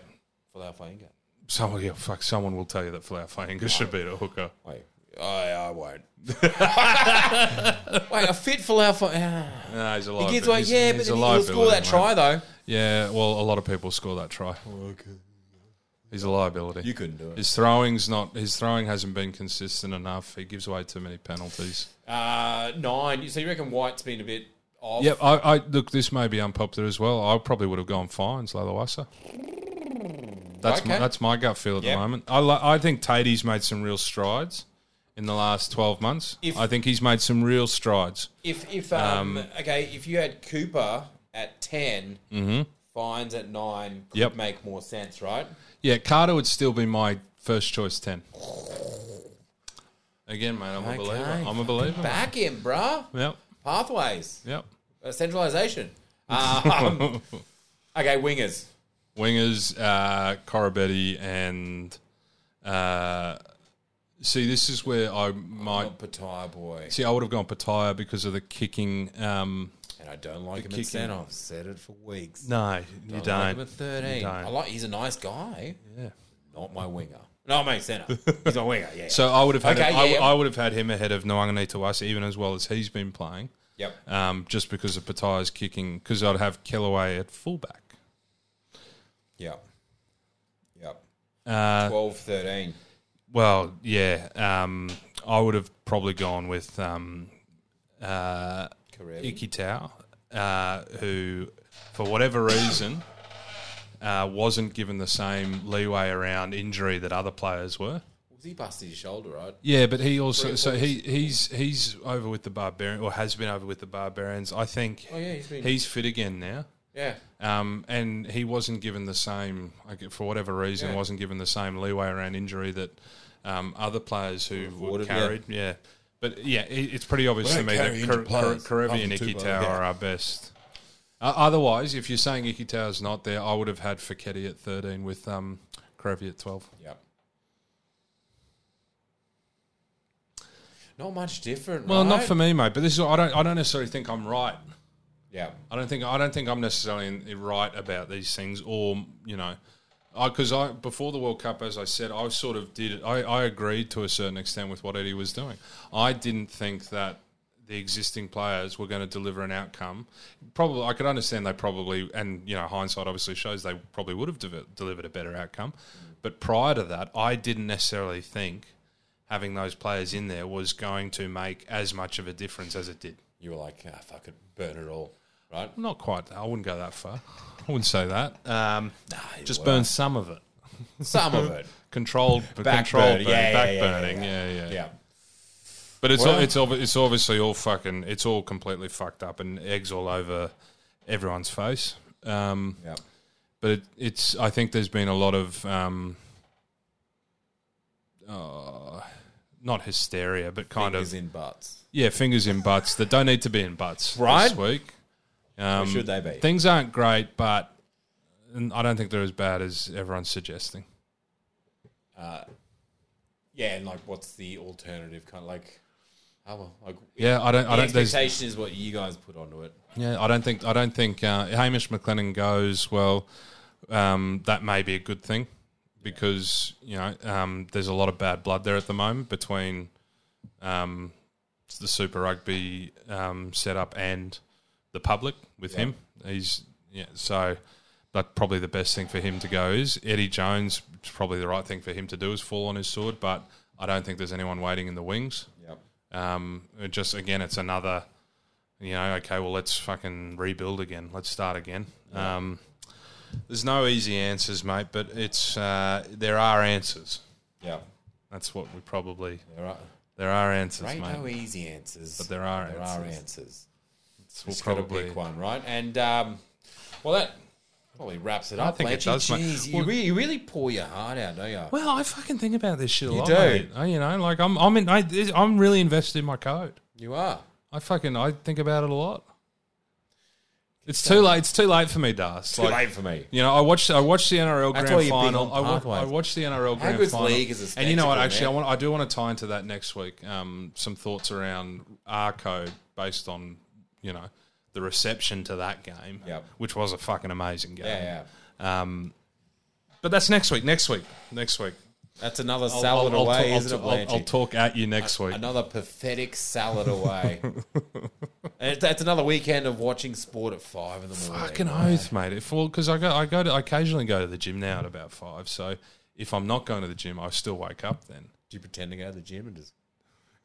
For that finger. someone, yeah, fuck, someone will tell you that Flower Fainga should be at hooker. Wait, I I won't. Wait, a fit for our. Ah. No, he's a The liability. kids like, He's- yeah, but he's then a he'll score liability, that mate. try though. Yeah, well, a lot of people score that try. He's a liability. You couldn't do it. His throwing's not. His throwing hasn't been consistent enough. He gives away too many penalties. Uh, nine. So you reckon White's been a bit off? Yep. I, I look. This may be unpopular as well. I probably would have gone fines, Lalawasa. That's my, Okay. that's my gut feel at Yep. the moment. I li- I think Tatey's made some real strides in the last twelve months. If- I think he's made some real strides. If if um, okay, if you had Cooper at 10 Fines at nine could Mm-hmm. Yep. make more sense, right? Yeah, Carter would still be my first choice ten. Again, mate, I'm a believer. I'm a believer. Back him, bruh. Yep. Pathways, Yep. uh, centralization. Um, okay, wingers. wingers, uh, Corabetti and uh, see, this is where I might Not Pattaya boy, see. I would have gone Pataya because of the kicking. Um, and I don't like him kicking. at centre. I've said it for weeks. no, you I like him at Oh, thirteen. don't. I like. He's a nice guy. Yeah. Not my winger. No, I mean centre. He's my winger. Yeah. So I would have had. Okay, him- I, yeah, yeah. I would have had him ahead of Noangani Tawasa, even as well as he's been playing. Yep. Um, just because of Pataya's kicking, because I'd have Kellaway at fullback. Yep. Yep. Uh, 12, 13. Well, yeah. Um, I would have probably gone with um, uh, Karevi. Iki Tao, uh, who, for whatever reason, uh, wasn't given the same leeway around injury that other players were. Was he busted his shoulder, right? Yeah, but he also so he he's he's over with the barbarian or has been over with the barbarians. I think Oh, yeah, he's been- he's fit again now. Yeah. Um, and he wasn't given the same, I gu- for whatever reason, Yeah. wasn't given the same leeway around injury that um, other players who were Awarded, yeah. carried. Yeah. But yeah, it, it's pretty obvious They to don't me carry that injured Kar- Kar- players, Karevi other and than Iki Tupou, Tower yeah. are our best. Uh, otherwise, if you're saying Iki Tower's not there, I would have had Fiketti at 13 with um, Karevi at 12. Yep. Not much different, Well, not right? for me, mate. But this is I don't I don't necessarily think I'm right. Yeah. I don't think I don't think I'm necessarily in- right about these things, or you know, because I, before the World Cup, as I said, I sort of did. I, I agreed to a certain extent with what Eddie was doing. I didn't think that the existing players were going to deliver an outcome. Probably, I could understand they probably, and you know, hindsight obviously shows they probably would have de- delivered a better outcome. But prior to that, I didn't necessarily think having those players in there was going to make as much of a difference as it did. You were like, ah, fuck it, burn it all, right? Not quite. I wouldn't go that far. I wouldn't say that. Um, you just were. burn some of it. Some of it. Controlled, Back controlled, burning. burn, Yeah, yeah, back yeah, yeah, burning. Yeah yeah, Yeah. But it's Well- all, it's obvi- it's obviously all fucking. It's all completely fucked up and eggs all over everyone's face. Um, Yeah. but it, it's I think there's been a lot of um, uh, not hysteria, but kind Fingers of in butts. yeah, fingers in butts that don't need to be in butts Right. this week. Um, should they be? Things aren't great, but n- I don't think they're as bad as everyone's suggesting. yeah, and like, what's the alternative? Kind of like, oh, well, like, Yeah, I don't. I the don't. There's, expectation is what you guys put onto it. yeah, I don't think. I don't think uh, Hamish McLennan goes well. Um, that may be a good thing because you know um, there's a lot of bad blood there at the moment between um, the Super Rugby um, setup and the public with him. He's yeah, so that probably the best thing for him to go is Eddie Jones. It's probably the right thing for him to do is fall on his sword, but I don't think there's anyone waiting in the wings. Yep. Um, it just again, it's another, you know, okay, well, let's fucking rebuild again. Let's start again. Um, there's no easy answers, mate, but it's uh, there are answers. Yep. That's what we probably All right. there are answers, Right, mate. no easy answers. But there are there are answers. answers. It's- we'll Just gotta probably pick one, right? And um, well, that probably wraps it up. think it Blanchie. does, mate. Jeez, you, Well- really, you really pour your heart out, don't you? Well, I fucking think about this shit a lot. do. mate. I, you know, like I'm, I'm, in, I, this- I'm really invested in my code. You are. I fucking, I think about it a lot. It's too late. It's too late for me, Das. Like, for me. You know, I watched I watched the NRL That's why Grand you're big Final. on I, wa- pathways. I watched the NRL Grand good's Final. league is a and you know what? spectacle, Actually, I man. want I do want to tie into that next week. Um, some thoughts around our code based on you know the reception to that game, Yep. which was a fucking amazing game. Yeah, yeah. Um, but that's next week. Next week. Next week. That's another I'll- salad I'll- I'll away, ta- I'll isn't ta- I'll- it, I'll Blanchie? talk at you next week. another pathetic salad away. and it's, that's another weekend of watching sport at five in the morning. Fucking oath, mate. If well, because I go, I go to, I occasionally go to the gym now at about five. So if I'm not going to the gym, I still wake up then. Do you pretend to go to the gym and just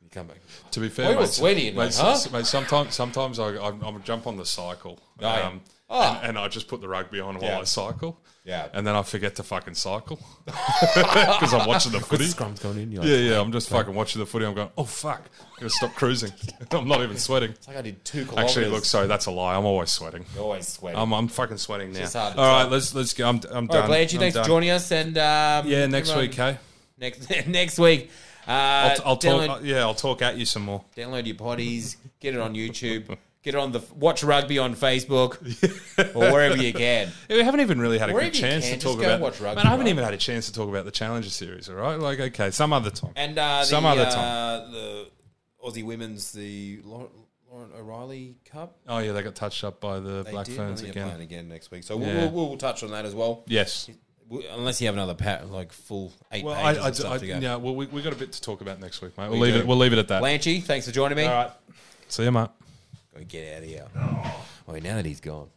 you come back? To be fair, Well, you're mate, sweaty, mate, mate, huh? s- mate, sometimes sometimes I, I, I jump on the cycle, yeah. um, Ah. and, and I just put the rugby on while Yeah. I cycle, Yeah. and then I forget to fucking cycle because I'm watching the footy. Scrum's going in. You're like, Yeah, yeah, I'm just fucking watching the footy. I'm going, oh fuck, I'm gonna stop cruising. I'm not even sweating. It's like I did two kilometers. Actually, look, sorry, that's a lie. I'm always sweating. You're Oh, always sweating. I'm, I'm fucking sweating now. just All hard to right, tell. let's let's go. I'm, I'm All done. right, Blanche, I'm thanks for done. joining us, and um, Yeah, next everyone- week, hey. Next next week. Uh, I'll, I'll, I'll download, talk. uh, yeah, I'll talk at you some more. download your potties. Get it on YouTube. Get it on the watch rugby on Facebook or wherever you can. Yeah, we haven't even really had a Or good if you chance can, to just talk go about. watch rugby, man, I haven't right? even had a chance to talk about the Challenger Series. All right, like okay, some other time. And uh, the, Some other uh, time. the Aussie women's the Lauren, Lauren O'Reilly Cup. oh yeah, they got touched up by the They Black did. I Ferns think they're again. playing again next week. So we'll, Yeah. we'll, we'll touch on that as well. Yes. We- Unless you have another pa- like full eight Well, I, pages I, of stuff I- to go. yeah. Well, we we got a bit to talk about next week, mate. We'll We leave do. it. We'll leave it at that. Blanchy, thanks for joining me. All right. See you, mate. Go get out of here. Oh, now that he's gone.